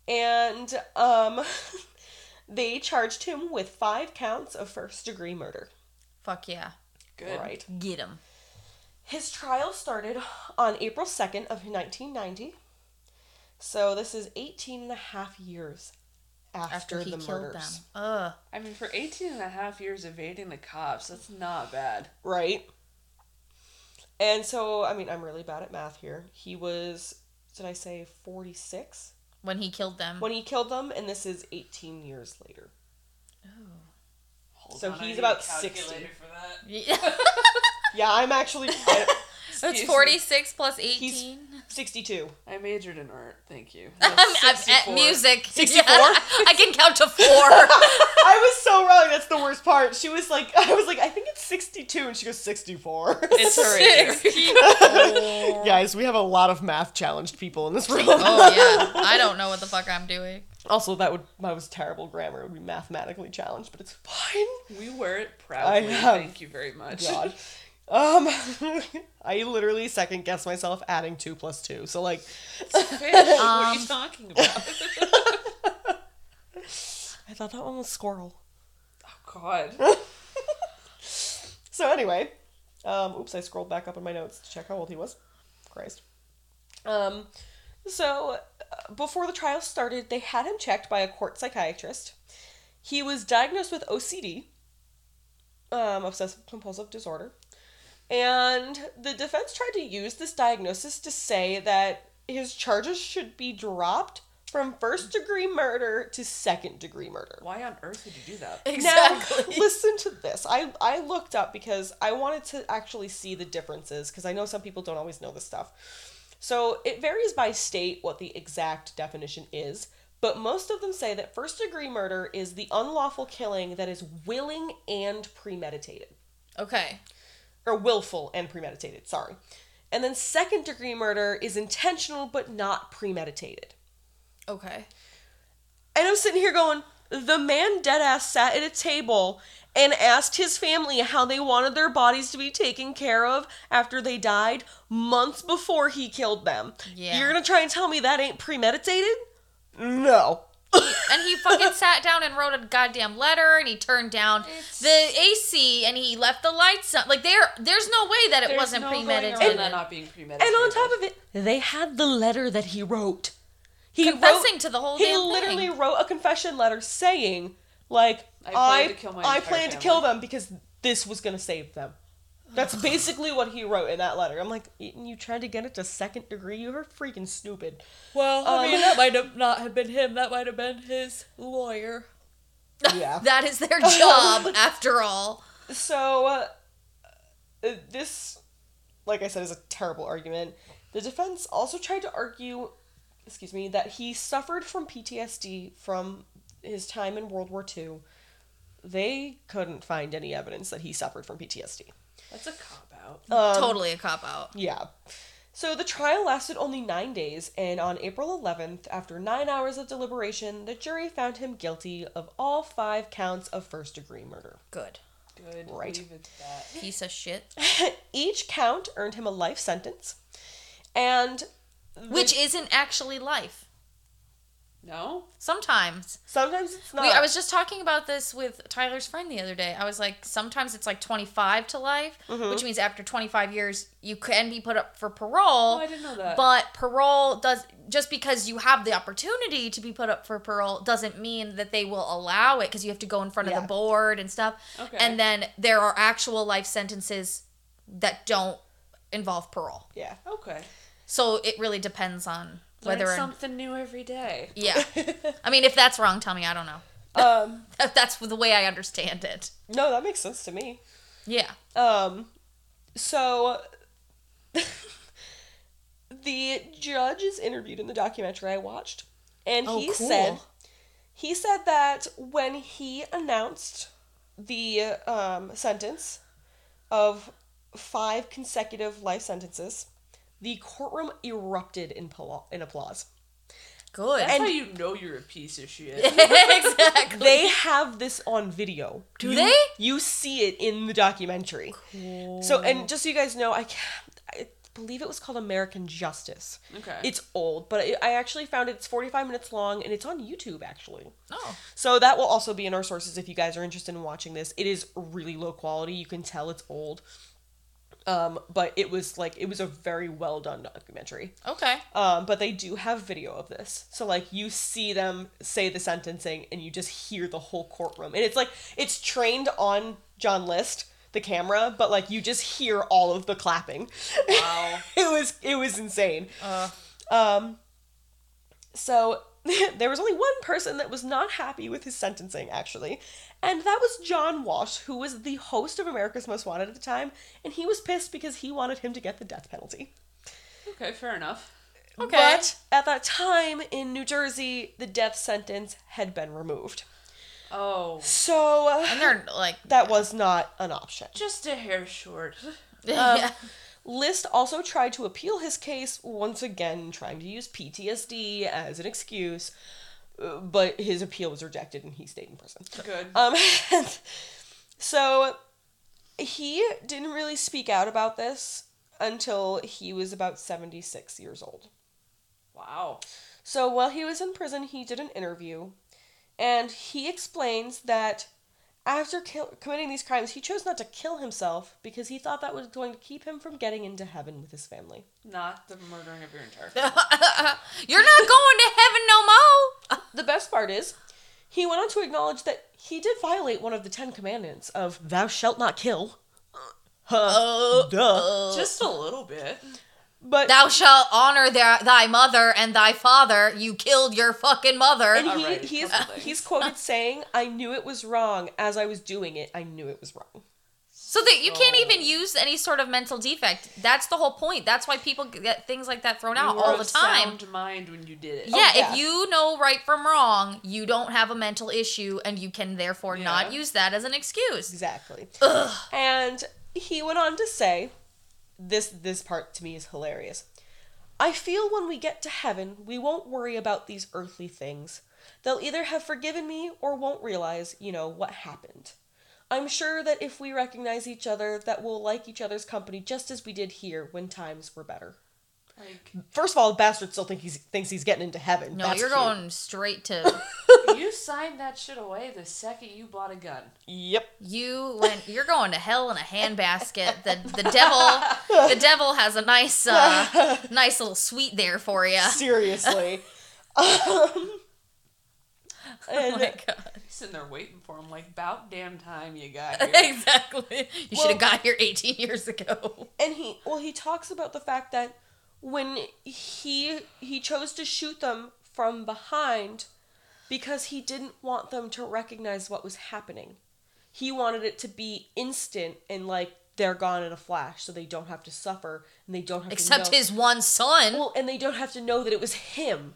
and um, they charged him with five counts of first degree murder. Fuck yeah, Good. Right. get him. His trial started on April 2nd of 1990. So this is 18 and a half years after, After he the killed murders. them. Ugh. I mean, for 18 and a half years evading the cops, that's not bad. Right? And so, I mean, I'm really bad at math here. He was, did I say 46? When he killed them. When he killed them, and this is 18 years later. Hold So on, I he's need a about calculator 60. For that. Yeah, I'm actually I- That's me. 46 plus 18. 62. I majored in art. Thank you. I'm, That's I'm at 64. music. 64? I can count to four. I was so wrong. That's the worst part. She was like, I was like, I think it's 62, and she goes, 64. It's her age. Guys, we have a lot of math challenged people in this room. oh yeah, I don't know what the fuck I'm doing. Also, that would that was terrible grammar. It would be mathematically challenged, but it's fine. We wear it proudly. I have- Thank you very much. God. Um, I literally second guess myself adding two plus two. So like, Fish, what are you Um, talking about? I thought that one was squirrel. God. So anyway, um, oops, I scrolled back up in my notes to check how old he was. Christ. Um, so uh, before the trial started, they had him checked by a court psychiatrist. He was diagnosed with OCD, um, obsessive compulsive disorder, and the defense tried to use this diagnosis to say that his charges should be dropped from first degree murder to second degree murder. Why on earth would you do that? Exactly. Now, listen to this. I, I looked up because I wanted to actually see the differences because I know some people don't always know this stuff. So it varies by state what the exact definition is, but most of them say that first degree murder is the unlawful killing that is willing and premeditated, Okay. or willful and premeditated, sorry. And then second degree murder is intentional but not premeditated. Okay. And I'm sitting here going, the man dead ass sat at a table and asked his family how they wanted their bodies to be taken care of after they died months before he killed them. Yeah. You're gonna try and tell me that ain't premeditated? No. And he fucking sat down and wrote a goddamn letter, and he turned down the AC, and he left the lights on. Like there, there's no way that it There's wasn't no going premeditated. around that not being premeditated. And on top of it, they had the letter that he wrote. He Confessing to the whole He damn literally thing. wrote a confession letter saying, like, I I, I plan to kill my plan entire to family." kill them because this was gonna save them. That's basically what he wrote in that letter. I'm like, you tried to get it to second degree. You're freaking stupid. Um, well, I mean, that might have not have been him. That might have been his lawyer. Yeah. that is their job, after all. So, uh, uh, this, like I said, is a terrible argument. The defense also tried to argue, excuse me, that he suffered from PTSD from his time in World War II. They couldn't find any evidence that he suffered from PTSD. That's a cop out. Uh, totally a cop out. Yeah. So the trial lasted only nine days, and on April 11th, after nine hours of deliberation, the jury found him guilty of all five counts of first degree murder. Good Good. right. Leave it at that. piece of shit. Each count earned him a life sentence, and Which isn't actually life. No. Sometimes sometimes it's not. We, I was just talking about this with Tyler's friend the other day. I was like, sometimes it's like 25 to life, Mm-hmm. which means after 25 years, you can be put up for parole. Oh, I didn't know that. But parole does, just because you have the opportunity to be put up for parole, doesn't mean that they will allow it because you have to go in front of Yeah. the board and stuff. Okay. And then there are actual life sentences that don't involve parole. yeah. Okay. So it really depends on whether. Learn or- something new every day. yeah. I mean, if that's wrong, tell me. I don't know. Um, That- That's the way I understand it. no, that makes sense to me. Yeah. Um, so the judge is interviewed in the documentary I watched, and Oh, he cool. said he said that when he announced the um, sentence of five consecutive life sentences, the courtroom erupted in, pla- in applause. good. That's And- how you know you're a piece of shit. exactly. They have this on video. Do You- they? You see it in the documentary. So, and just so you guys know, I, can't, I believe it was called American Justice. Okay. It's old, but I, I actually found it. It's 45 minutes long and it's on YouTube, actually. oh. So that will also be in our sources if you guys are interested in watching this. It is really low quality. You can tell it's old. Um, but it was like it was a very well done documentary. Okay. Um, but they do have video of this. So like you see them say the sentencing and you just hear the whole courtroom. And it's like it's trained on John List, the camera, but like you just hear all of the clapping. wow. it was it was insane. Uh, Um, so there was only one person that was not happy with his sentencing, actually, and that was John Walsh, who was the host of America's Most Wanted at the time, and he was pissed because he wanted him to get the death penalty. Okay, fair enough. okay. But at that time in New Jersey, the death sentence had been removed. Oh, So uh, and they're like that was not an option. just a hair short. yeah. List also tried to appeal his case, once again trying to use PTSD as an excuse, uh, but his appeal was rejected and he stayed in prison. Good. Um, so he didn't really speak out about this until he was about 76 years old. Wow. So while he was in prison, he did an interview and he explains that after kill- committing these crimes, he chose not to kill himself because he thought that was going to keep him from getting into heaven with his family. Not the murdering of your entire family. You're not going to heaven no more. The best part is, he went on to acknowledge that he did violate one of the Ten Commandments of "Thou shalt not kill." Huh, duh. Just a little bit. But Thou shalt honor their, thy mother and thy father. You killed your fucking mother. and All he, right, he's couple things. he's quoted saying, "I knew it was wrong as I was doing it. I knew it was wrong." so that you can't even use any sort of mental defect. That's the whole point. That's why people get things like that thrown out You were all of the time. Sound mind when you did it. Oh, Yeah, yeah. if you know right from wrong, you don't have a mental issue and you can therefore not Yeah. use that as an excuse. Exactly. Ugh. And he went on to say, "This this part to me is hilarious. I feel when we get to heaven, we won't worry about these earthly things. They'll either have forgiven me or won't realize, you know, what happened. I'm sure that if we recognize each other, that we'll like each other's company just as we did here when times were better." Like, First of all, the bastard still think he's, thinks he's getting into heaven. No, That's you're cute. going straight to you signed that shit away the second you bought a gun. Yep. you went you're going to hell in a handbasket. The the devil the devil has a nice uh, nice little suite there for you. Seriously. um, Oh my and god. He's sitting there waiting for him, like, about damn time you got here. exactly. You should Well- have got here 18 years ago. and he well he talks about the fact that when he he chose to shoot them from behind because he didn't want them to recognize what was happening. He wanted it to be instant and like they're gone in a flash so they don't have to suffer and they don't have Except to know. his one son. well and they don't have to know that it was him.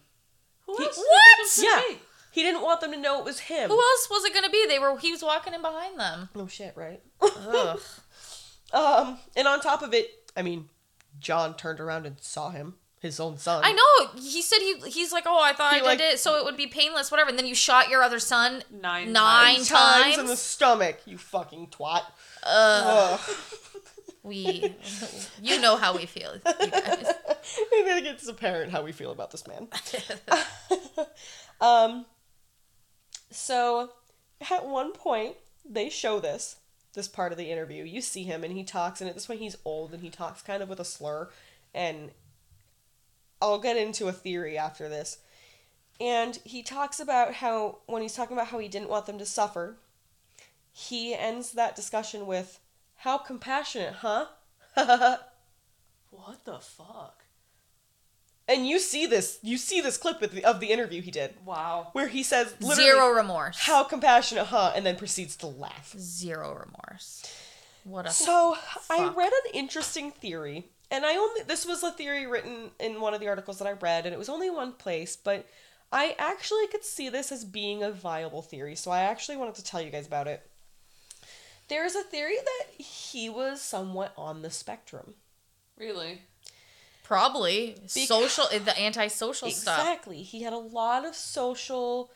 Who else? What? Yeah. He didn't want them to know it was him. Who else was it going to be? They were he was walking in behind them. No shit, right? Ugh. Um, and on top of it, I mean, John turned around and saw him, his own son. I know. He said he he's like, oh, I thought He, I did like- it, so it would be painless, whatever. And then you shot your other son. Nine. Nine times. times in the times. stomach, you fucking twat. Ugh. Ugh. We, you know how we feel. You guys. I think it's apparent how we feel about this man. um, so at one point they show this this part of the interview. You see him and he talks, and at this point he's old and he talks kind of with a slur. And I'll get into a theory after this. And he talks about how when he's talking about how he didn't want them to suffer, he ends that discussion with, "How compassionate, huh?" What the fuck? And you see this, you see this clip of the, of the interview he did, Wow. where he says literally, Zero remorse. how compassionate, huh? And then proceeds to laugh. Zero remorse. What a So I Fuck. read an interesting theory, and I only this was a theory written in one of the articles that I read, and it was only in one place, but I actually could see this as being a viable theory, so I actually wanted to tell you guys about it. There is a theory that he was somewhat on the spectrum. Really? Probably social, eh, the antisocial stuff. Exactly. He had a lot of social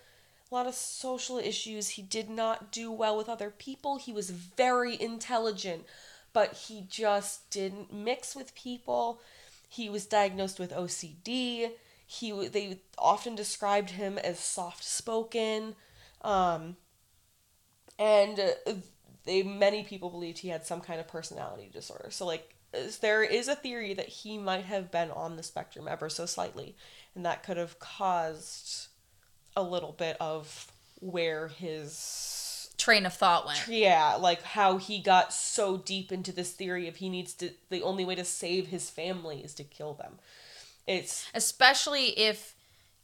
a lot of social issues. He did not do well with other people. He was very intelligent, but he just didn't mix with people. He was diagnosed with OCD. He w- they often described him as soft-spoken. Um and uh, they many people believed he had some kind of personality disorder. So like is- there is a theory that he might have been on the spectrum ever so slightly, and that could have caused a little bit of where his Train of thought went. yeah, like how he got so deep into this theory of he needs to the only way to save his family is to kill them. It's especially if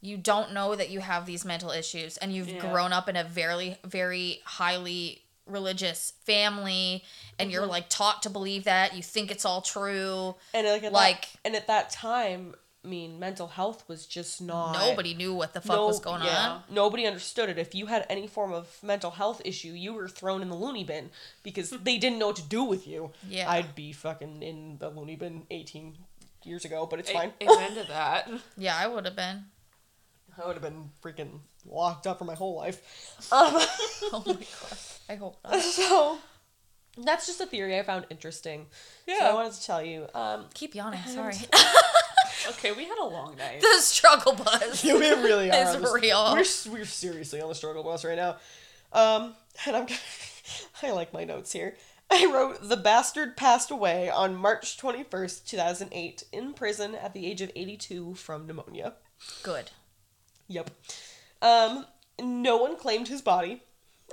you don't know that you have these mental issues and you've Yeah. grown up in a very very highly religious family and you're like taught to believe that you think it's all true and like at Like- that, and at that time, I mean, mental health was just not nobody knew what the fuck was No- going yeah. on Nobody understood it. If you had any form of mental health issue, you were thrown in the loony bin because they didn't know what to do with you. Yeah. I'd be fucking in the loony bin 18 years ago, but it's fine. Amen to that. yeah i would have been I would have been freaking locked up for my whole life. Um, oh my god i hope not so that's just a theory I found interesting. Yeah. So I wanted to tell you. Um, keep yawning sorry Okay, we had a long night. the struggle bus we really are. It's on this- real. We're, s- we're seriously on the struggle bus right now. Um, and I'm. I like my notes here. I wrote the bastard passed away on March twenty first, two thousand eight, in prison at the age of eighty two from pneumonia. good Yep. Um, no one claimed his body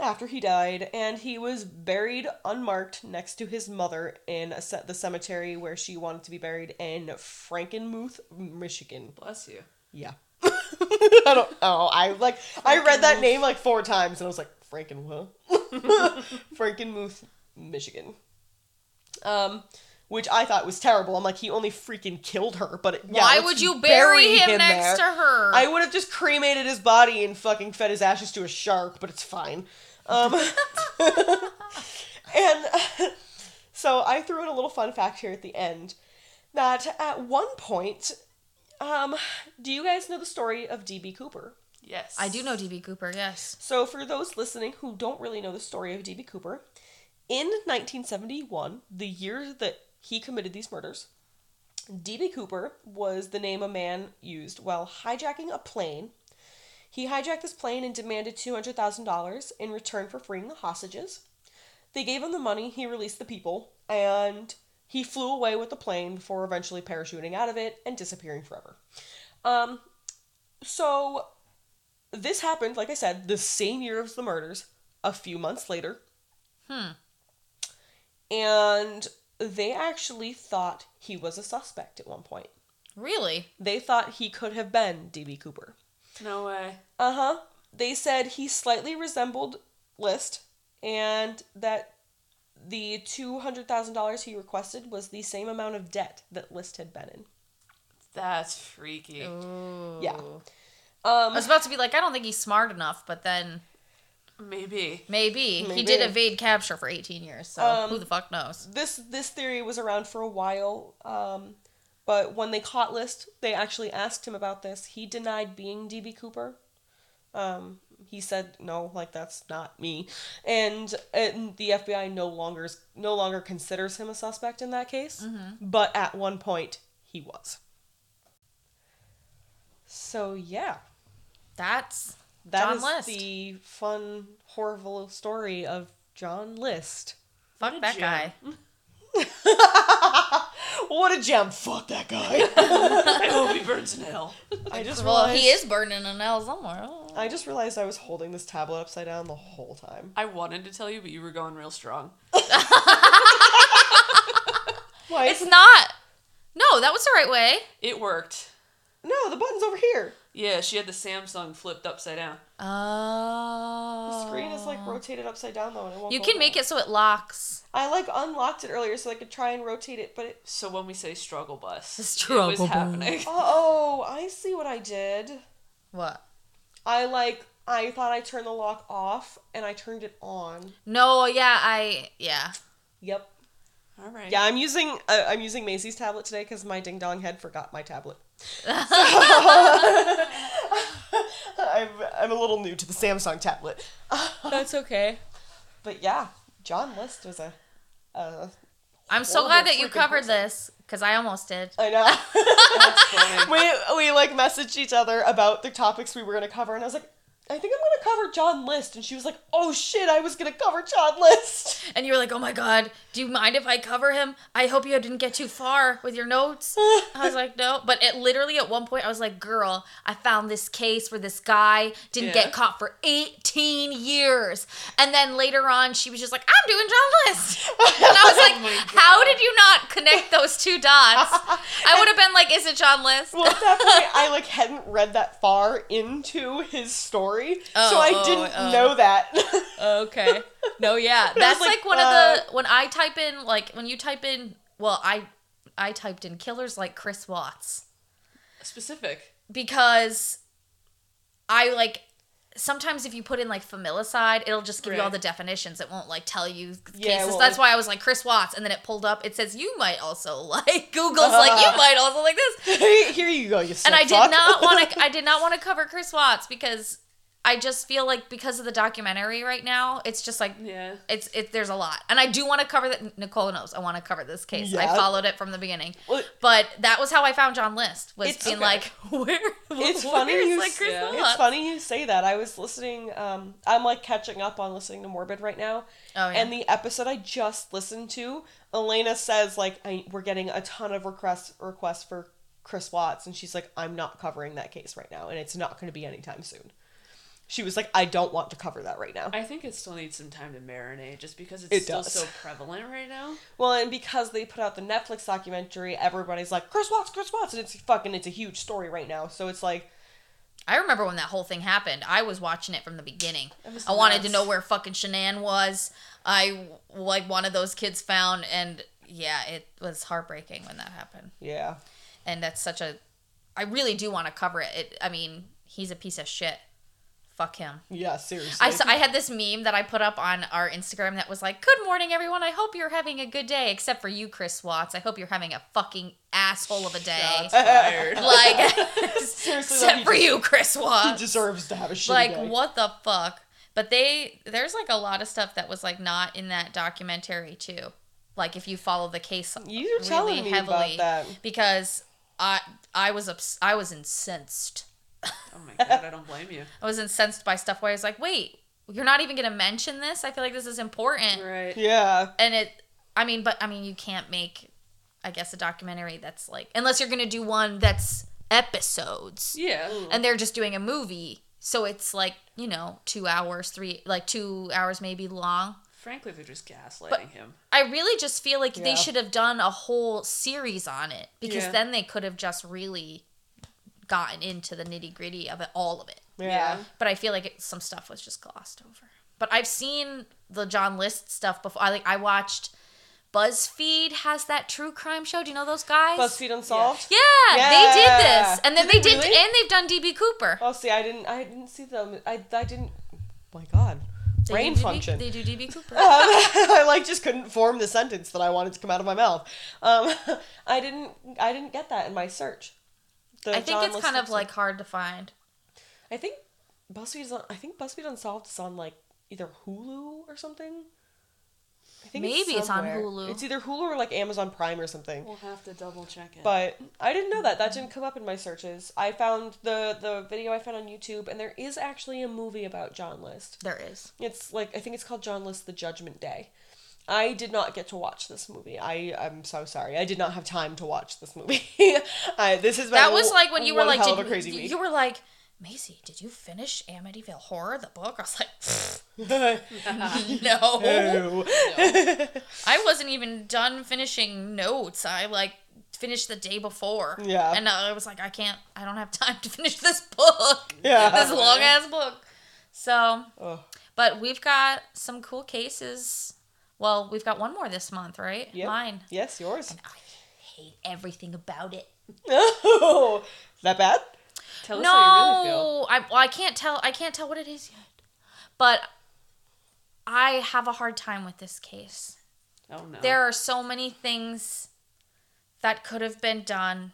after he died, and he was buried unmarked next to his mother in a ce- the cemetery where she wanted to be buried in Frankenmuth, Michigan. Bless you. Yeah. I don't know. I like I read that name like four times and I was like, Franken what? Frankenmuth, Michigan. Um which I thought was terrible. I'm like, he only freaking killed her, but yeah, why let's would you bury, him, next there. to her I would have just cremated his body and fucking fed his ashes to a shark, but it's fine. Um, and so I threw in a little fun fact here at the end that at one point, um, do you guys know the story of DB Cooper? Yes. I do know db cooper yes So, for those listening who don't really know the story of D.B. Cooper, in 1971, the year that he committed these murders, D.B. Cooper was the name a man used while hijacking a plane. He hijacked this plane and demanded $200,000 in return for freeing the hostages. They gave him the money, he released the people, and he flew away with the plane before eventually parachuting out of it and disappearing forever. Um, so this happened, like I said, the same year as the murders, a few months later. Hmm. And they actually thought he was a suspect at one point. really They thought he could have been D.B. Cooper. No way. Uh huh. They said he slightly resembled List and that the $200,000 he requested was the same amount of debt that List had been in. That's freaky. Yeah. Ooh. Um, i was about to be like i don't think he's smart enough but then Maybe. Maybe. Maybe. He did evade capture for 18 years, so Um, who the fuck knows? this this theory was around for a while um, but when they caught list they actually asked him about this he denied being db cooper um, he said no like that's not me and, and the fbi no longer no longer considers him a suspect in that case Mm-hmm. but at one point he was so yeah That's that John is List. the fun horrible story of john list fuck a that gem. guy. what a gem fuck that guy I hope he burns in hell. I just Well, realized he is burning in hell somewhere. I just realized I was holding this tablet upside down the whole time. I wanted to tell you, but you were going real strong. Why? It's not. No, that was the right way. It worked. no, the button's over here. Yeah, she had the Samsung flipped upside down. Oh. The screen is like rotated upside down though, and it won't. Uh, You can make it so it locks. I like unlocked it earlier so I could try and rotate it, but it. So when we say struggle bus, The it struggle was bus. happening. Uh oh! I see what I did. What? I like. I thought I turned the lock off, and I turned it on. No, yeah, I. Yeah. Yep. All right. Yeah, I'm using uh, I'm using Maisie's tablet today because my ding dong head forgot my tablet. So- I'm I'm a little new to the Samsung tablet, That's okay. but yeah, John List was a. Uh, I'm so Horrible glad that you freaking covered person. this because I almost did. I know. That's we funny. we like messaged each other about the topics we were gonna cover, and I was like, I think I'm gonna cover John List, and she was like, Oh shit, I was gonna cover John List. And you were like, "Oh my god, do you mind if I cover him? I hope you didn't get too far with your notes." I was like, "No," but it literally at one point I was like, "Girl, I found this case where this guy didn't Yeah. get caught for 18 years." And then later on, she was just like, "I'm doing John List," and I was like, my God. "How did you not connect those two dots?" I would have been like, "Is it John List?" Well, at that point, I like hadn't read that far into his story, so Oh, I oh, didn't oh. know that. Okay. No, yeah. That's like, like, one uh, of the when I type in like when you type in well, I I typed in killers like Chris Watts Specific. because I like sometimes if you put in like familicide, it'll just give you all Right. the definitions. It won't like tell you Yeah, it cases. won't, That's like- why I was like Chris Watts and then it pulled up. It says you might also like Google's like you might also like this Here you go, you. and I did fuck. not want to. I did not want to cover Chris Watts because I just feel like because of the documentary right now, it's just like Yeah. it's it. There's a lot, and I do want to cover that. Nicole knows I want to cover this case. Yeah. I followed it from the beginning, Well, but that was how I found John List. Was It's- being okay. like, where? where's, It's funny you like s- Chris yeah. It's Watts? funny you say that. I was listening. Um, I'm like catching up on listening to Morbid right now, Oh yeah. and the episode I just listened to, Elena says like I, we're getting a ton of requests requests for Chris Watts, and she's like, I'm not covering that case right now, and it's not going to be anytime soon. She was like, I don't want to cover that right now. I think it still needs some time to marinate just because it's It still does. so prevalent right now. Well, and because they put out the Netflix documentary, everybody's like, Chris Watts, Chris Watts, and it's fucking, it's a huge story right now. So it's like, I remember when that whole thing happened. I was watching it from the beginning. was I wanted to nuts. know where fucking Shanann was. I like one of those kids found, and yeah, it was heartbreaking when that happened. yeah, and that's such a i really do want to cover it. it i mean he's a piece of shit fuck him yeah, seriously. I, saw, I had this meme that i put up on our instagram that was like good morning everyone i hope you're having a good day except for you chris watts i hope you're having a fucking asshole of a day Shots fired. like Seriously, though, except he for des- you chris He watts deserves to have a shitty like day. what the fuck but they there's like a lot of stuff that was like not in that documentary too like if you follow the case You're telling me about that. because I I was ups- I was incensed. Oh my god, I don't blame you. I was incensed by stuff where I was like, wait, you're not even gonna mention this. I feel like this is important, Right. Yeah, and it. I mean, but I mean, you can't make, I guess, a documentary that's like unless you're gonna do one that's episodes, Yeah. and they're just doing a movie, so it's like you know two hours, three like two hours maybe long. Frankly, they're just gaslighting him. I really just feel like Yeah. they should have done a whole series on it because Yeah. then they could have just really gotten into the nitty gritty of it, all of it. yeah. But I feel like it, some stuff was just glossed over. But I've seen the John List stuff before. I like I watched BuzzFeed has that true crime show. Do you know those guys? BuzzFeed Unsolved. Yeah, they did Yeah. this, and then Did they they did, really? and they've done DB Cooper. Oh, see, I didn't, I didn't see them. I, I didn't. My God, They brain do DB function. They do DB Cooper. Um, I like just couldn't form the sentence that I wanted to come out of my mouth. Um, I didn't, I didn't get that in my search. The I think John it's kind List of like hard to find. I think BuzzFeed's on. I think BuzzFeed Unsolved is on like either Hulu or something. I think Maybe it's on somewhere. Hulu. It's either Hulu or like Amazon Prime or something. We'll have to double check it. But I didn't know that. That didn't come up in my searches. I found the the video I found on YouTube, and there is actually a movie about John List. There is. It's like I think it's called John List: The Judgment Day. I did not get to watch this movie. I I'm so sorry. I did not have time to watch this movie. I, this has been That was like when you were one like, hell did, of a crazy you, week. you were like, Macy, did you finish Amityville Horror, the book? I was like, no. No. I wasn't even done finishing notes. I like finished the day before. Yeah. And I was like, I can't, I don't have time to finish this book. Yeah. This long ass book. So, Ugh. but we've got some cool cases. Well, we've got one more this month, right? Yep. Mine. Yes, yours. I hate everything about it. No, Oh, that bad. Tell us no, how you really feel. I well, I can't tell. I can't tell what it is yet. But I have a hard time with this case. Oh no. There are so many things that could have been done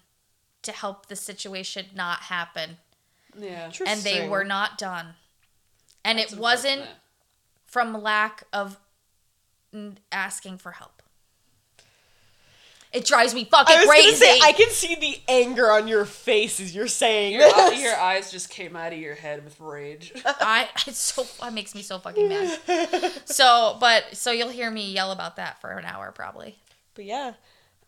to help the situation not happen, yeah. and they Interesting. were not done. And That's it wasn't unfortunate. from lack of n- asking for help. It drives me fucking I was crazy. gonna say I can see the anger on your face as you're saying Your, eye- this. Uh, your eyes just came out of your head with rage. I it's so it makes me so fucking mad. So, but so you'll hear me yell about that for an hour probably. But yeah,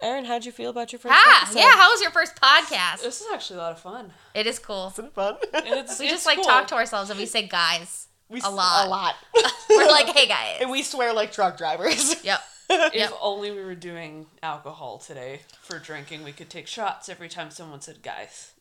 Erin, how'd you feel about your first Ah, episode? yeah. How was your first podcast? this is actually a lot of fun. It is cool. Isn't it fun? It's, We it's just like cool. talk to ourselves and we say guys. We A s- lot. a lot. We're like, hey guys. and we swear like truck drivers. Yep. If Yep. only we were doing alcohol today for drinking, we could take shots every time someone said guys.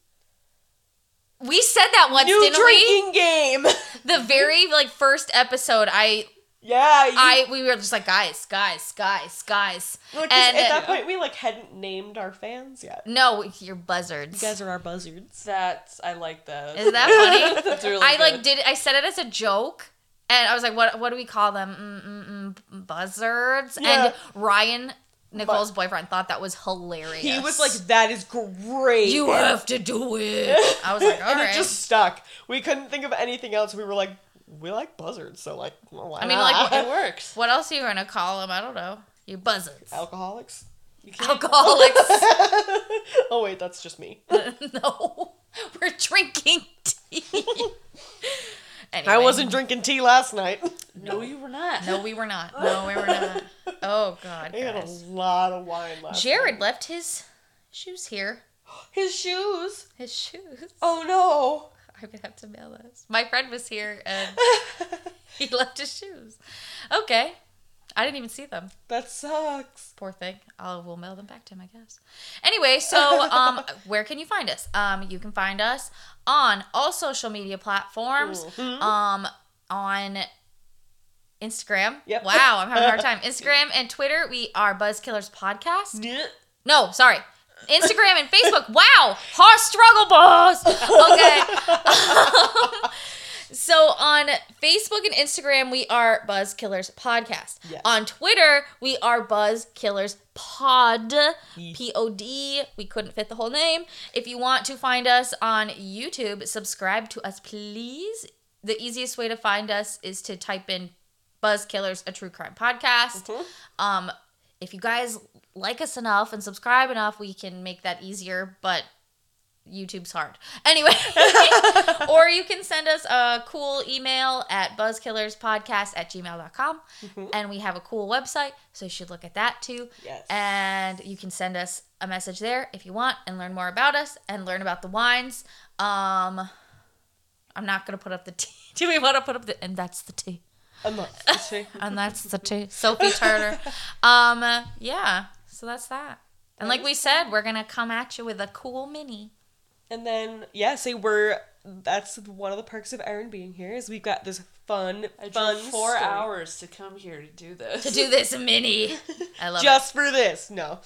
We said that once, New didn't drinking game. we? The very like first episode, I yeah, you, I we were just like guys, guys, guys, guys. Well, 'cause and at that point we like hadn't named our fans yet. no, you're You buzzards. guys are our buzzards. That's I like that. Is that funny? That's really I like good. did I said it as a joke. And I was like, "What? What do we call them? Mm, mm, mm, buzzards." Yeah. And Ryan Nicole's boyfriend thought that was hilarious. He was like, "That is great." "You have to do it." I was like, "All and right." it just stuck. We couldn't think of anything else. We were like, "We like buzzards," so like, well, why I mean, not? like, it works. what else are you gonna call them? I don't know. You buzzards, alcoholics. You can't- alcoholics. oh wait, that's just me. no, we're drinking tea. anyway, I wasn't drinking tea last night. no, you were not. No, we were not. No, we were not. Oh God, I had a guys. lot of wine last. Jared left his shoes here. night. his shoes. His shoes. Oh no. I'm gonna have to mail this. My friend was here and he left his shoes. Okay. I didn't even see them. That sucks. Poor thing. I'll we'll mail them back to him, I guess. Anyway, so um where can you find us? Um you can find us on all social media platforms. Um on Instagram. Yep. Wow, I'm having a hard time. Instagram and Twitter, we are Buzzkillers Podcast. Yeah. No, sorry. Instagram and Facebook. Wow, hard struggle, boss. Okay. so on Facebook and Instagram, we are Buzz Killers Podcast. Yes. On Twitter, we are Buzz Killers Pod. P O D. We couldn't fit the whole name. If you want to find us on YouTube, subscribe to us, please. The easiest way to find us is to type in Buzz Killers, a true crime podcast. Um, if you guys like us enough and subscribe enough, we can make that easier, but YouTube's hard. Anyway, or you can send us a cool email at buzzkillerspodcast at gmail.com. And we have a cool website, so you should look at that too. Yes. And you can send us a message there if you want and learn more about us and learn about the wines. Um, I'm not going to put up the tea. Do we want to put up the. And that's the tea I'm not. is she? and that's the two Sophie Turner. Um, yeah. So that's that. And like we said, we're gonna come at you with a cool mini. And then yeah, say we're that's one of the perks of Erin being here is we've got this fun, I fun drove four story hours to come here to do this. To do this mini, I love just for this. No,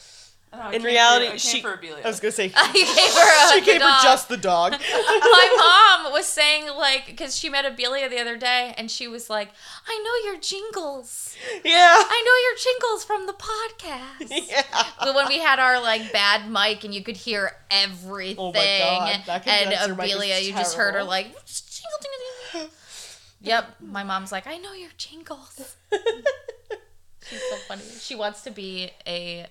I don't know, I in came for- reality, I came she. for Abelia. I was gonna say it. You gave her a she gave her dog. just the dog. My mom was saying like, because she met Abelia the other day, and she was like, "I know your jingles. yeah. I know your jingles from the podcast." Yeah. But when we had our like bad mic and you could hear everything, Oh my God, that and condenser mic is Abelia, you just heard her terrible. like, jingle, jingle, jingle. yep. My mom's like, I know your jingles. She's so funny. She wants to be a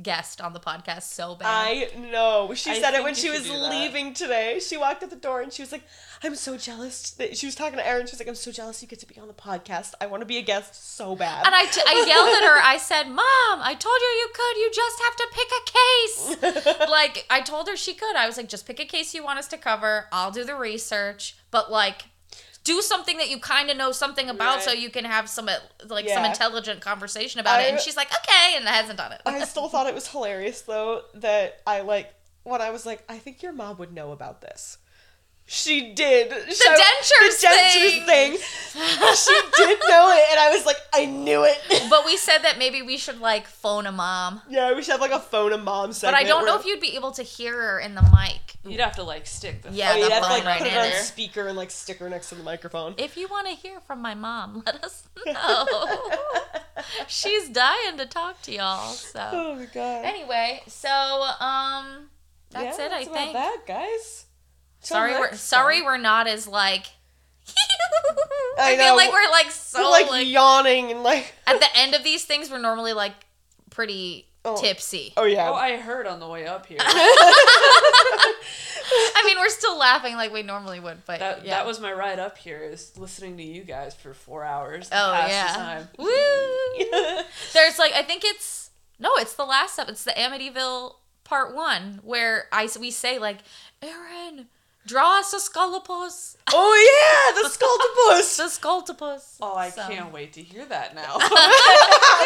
guest on the podcast so bad. I know. She I said it think when you she should was do that. leaving today. She walked out the door and she was like, I'm so jealous. that-" She was talking to Erin. She was like, I'm so jealous you get to be on the podcast. I want to be a guest so bad. and I, t- I yelled at her. I said, "Mom, I told you you could. You just have to pick a case." like I told her she could. I was like, just pick a case you want us to cover. I'll do the research, but like, do something that you kind of know something about, so Right. you can have some uh, like some Yeah. intelligent conversation about it. And I- she's like, okay, and hasn't done it. I still thought it was hilarious though that I like when I was like, I think your mom would know about this. She did. The dentures the dentures thing. she did know it, and I was like, I knew it. But we said that maybe we should like phone a mom. yeah, we should have like a phone and mom But segment. I don't where- know if you'd be able to hear her in the mic. You'd have to like stick the Yeah, Oh, you'd the have phone to like right put it in on there. speaker and like stick her next to the microphone. If you want to hear from my mom, let us know. Oh. She's dying to talk to y'all. So Oh my god. anyway, so um, that's Yeah, it. I about think. that, guys. Till Sorry, we're next sorry time. we're not as like. I I, know, feel like we're like so We're, like, like, yawning and like. at the end of these things. We're normally like pretty Oh. tipsy. Oh yeah. Oh, I heard on the way up here. I mean, we're still laughing like we normally would, but That, yeah. that was my ride up here is listening to you guys for four hours. to oh pass the yeah. time. Woo! There's like I think it's no, it's the last step. It's the Amityville part one where I we say like, Aaron, draw us a scullopus, oh yeah, the sculptopus. a scullopus. Oh, I So- can't wait to hear that now.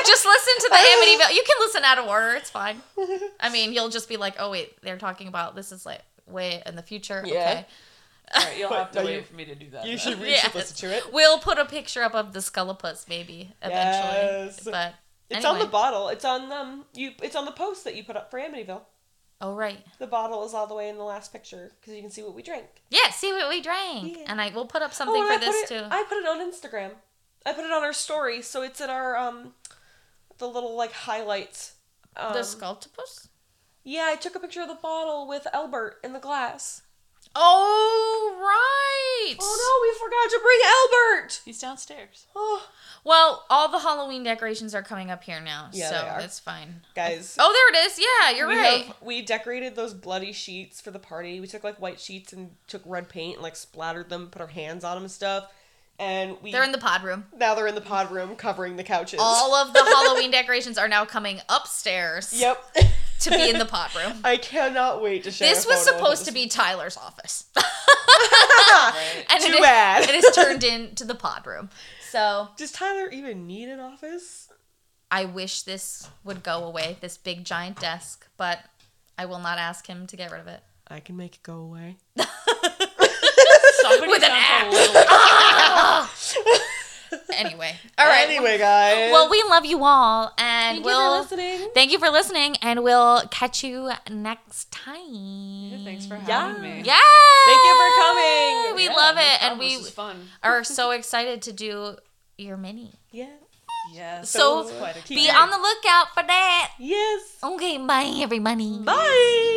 just listen to the Amityville. You can listen out of order. It's fine. I mean, you'll just be like, oh wait, they're talking about this is like way in the future. Yeah. Okay. All right, you'll have to No, wait you- for me to do that. You then. should, we Yes. should listen to it. We'll put a picture up of the scullopus maybe eventually. Yes. But It's on anyway. the bottle. It's on um you. It's on the post that you put up for Amityville. Oh right. The bottle is all the way in the last picture because you can see what we drank. Yeah, see what we drank. Yeah. Oh, And I will put up something and for I put this it, too. I put it on Instagram. I put it on our story, so it's in our um the little like highlights. Um, the sculptopus? yeah, I took a picture of the bottle with Albert in the glass. Oh right. Oh no, we forgot to bring Albert. He's downstairs. Oh, Well, all the Halloween decorations are coming up here now. Yeah, so they are. that's fine. guys. Oh there it is. Yeah, you're we right. have- we decorated those bloody sheets for the party. We took like white sheets and took red paint and like splattered them, put our hands on them and stuff. And we They're in the pod room. now they're in the pod room covering the couches. All of the Halloween decorations are now coming upstairs Yep. to be in the pod room. I cannot wait to share. This a was photo of supposed this. to be Tyler's office. Right. and Too it is- bad. it is turned into the pod room. So Does Tyler even need an office? I wish this would go away, this big giant desk, but I will not ask him to get rid of it. I can make it go away. Somebody With an sounds a Anyway. All right. Anyway, guys. Well, we love you all and thank you for we'll listening. Thank you for listening and we'll catch you next time. little- Thanks for Yeah. having me. Yeah. Thank you for coming. We Yeah, love no it and problem. we This is fun. are so excited to do your mini. Yeah. Yes. So, it's quite a be Be treat. on the Oh, lookout for that. Yes. Okay, bye everybody. Bye.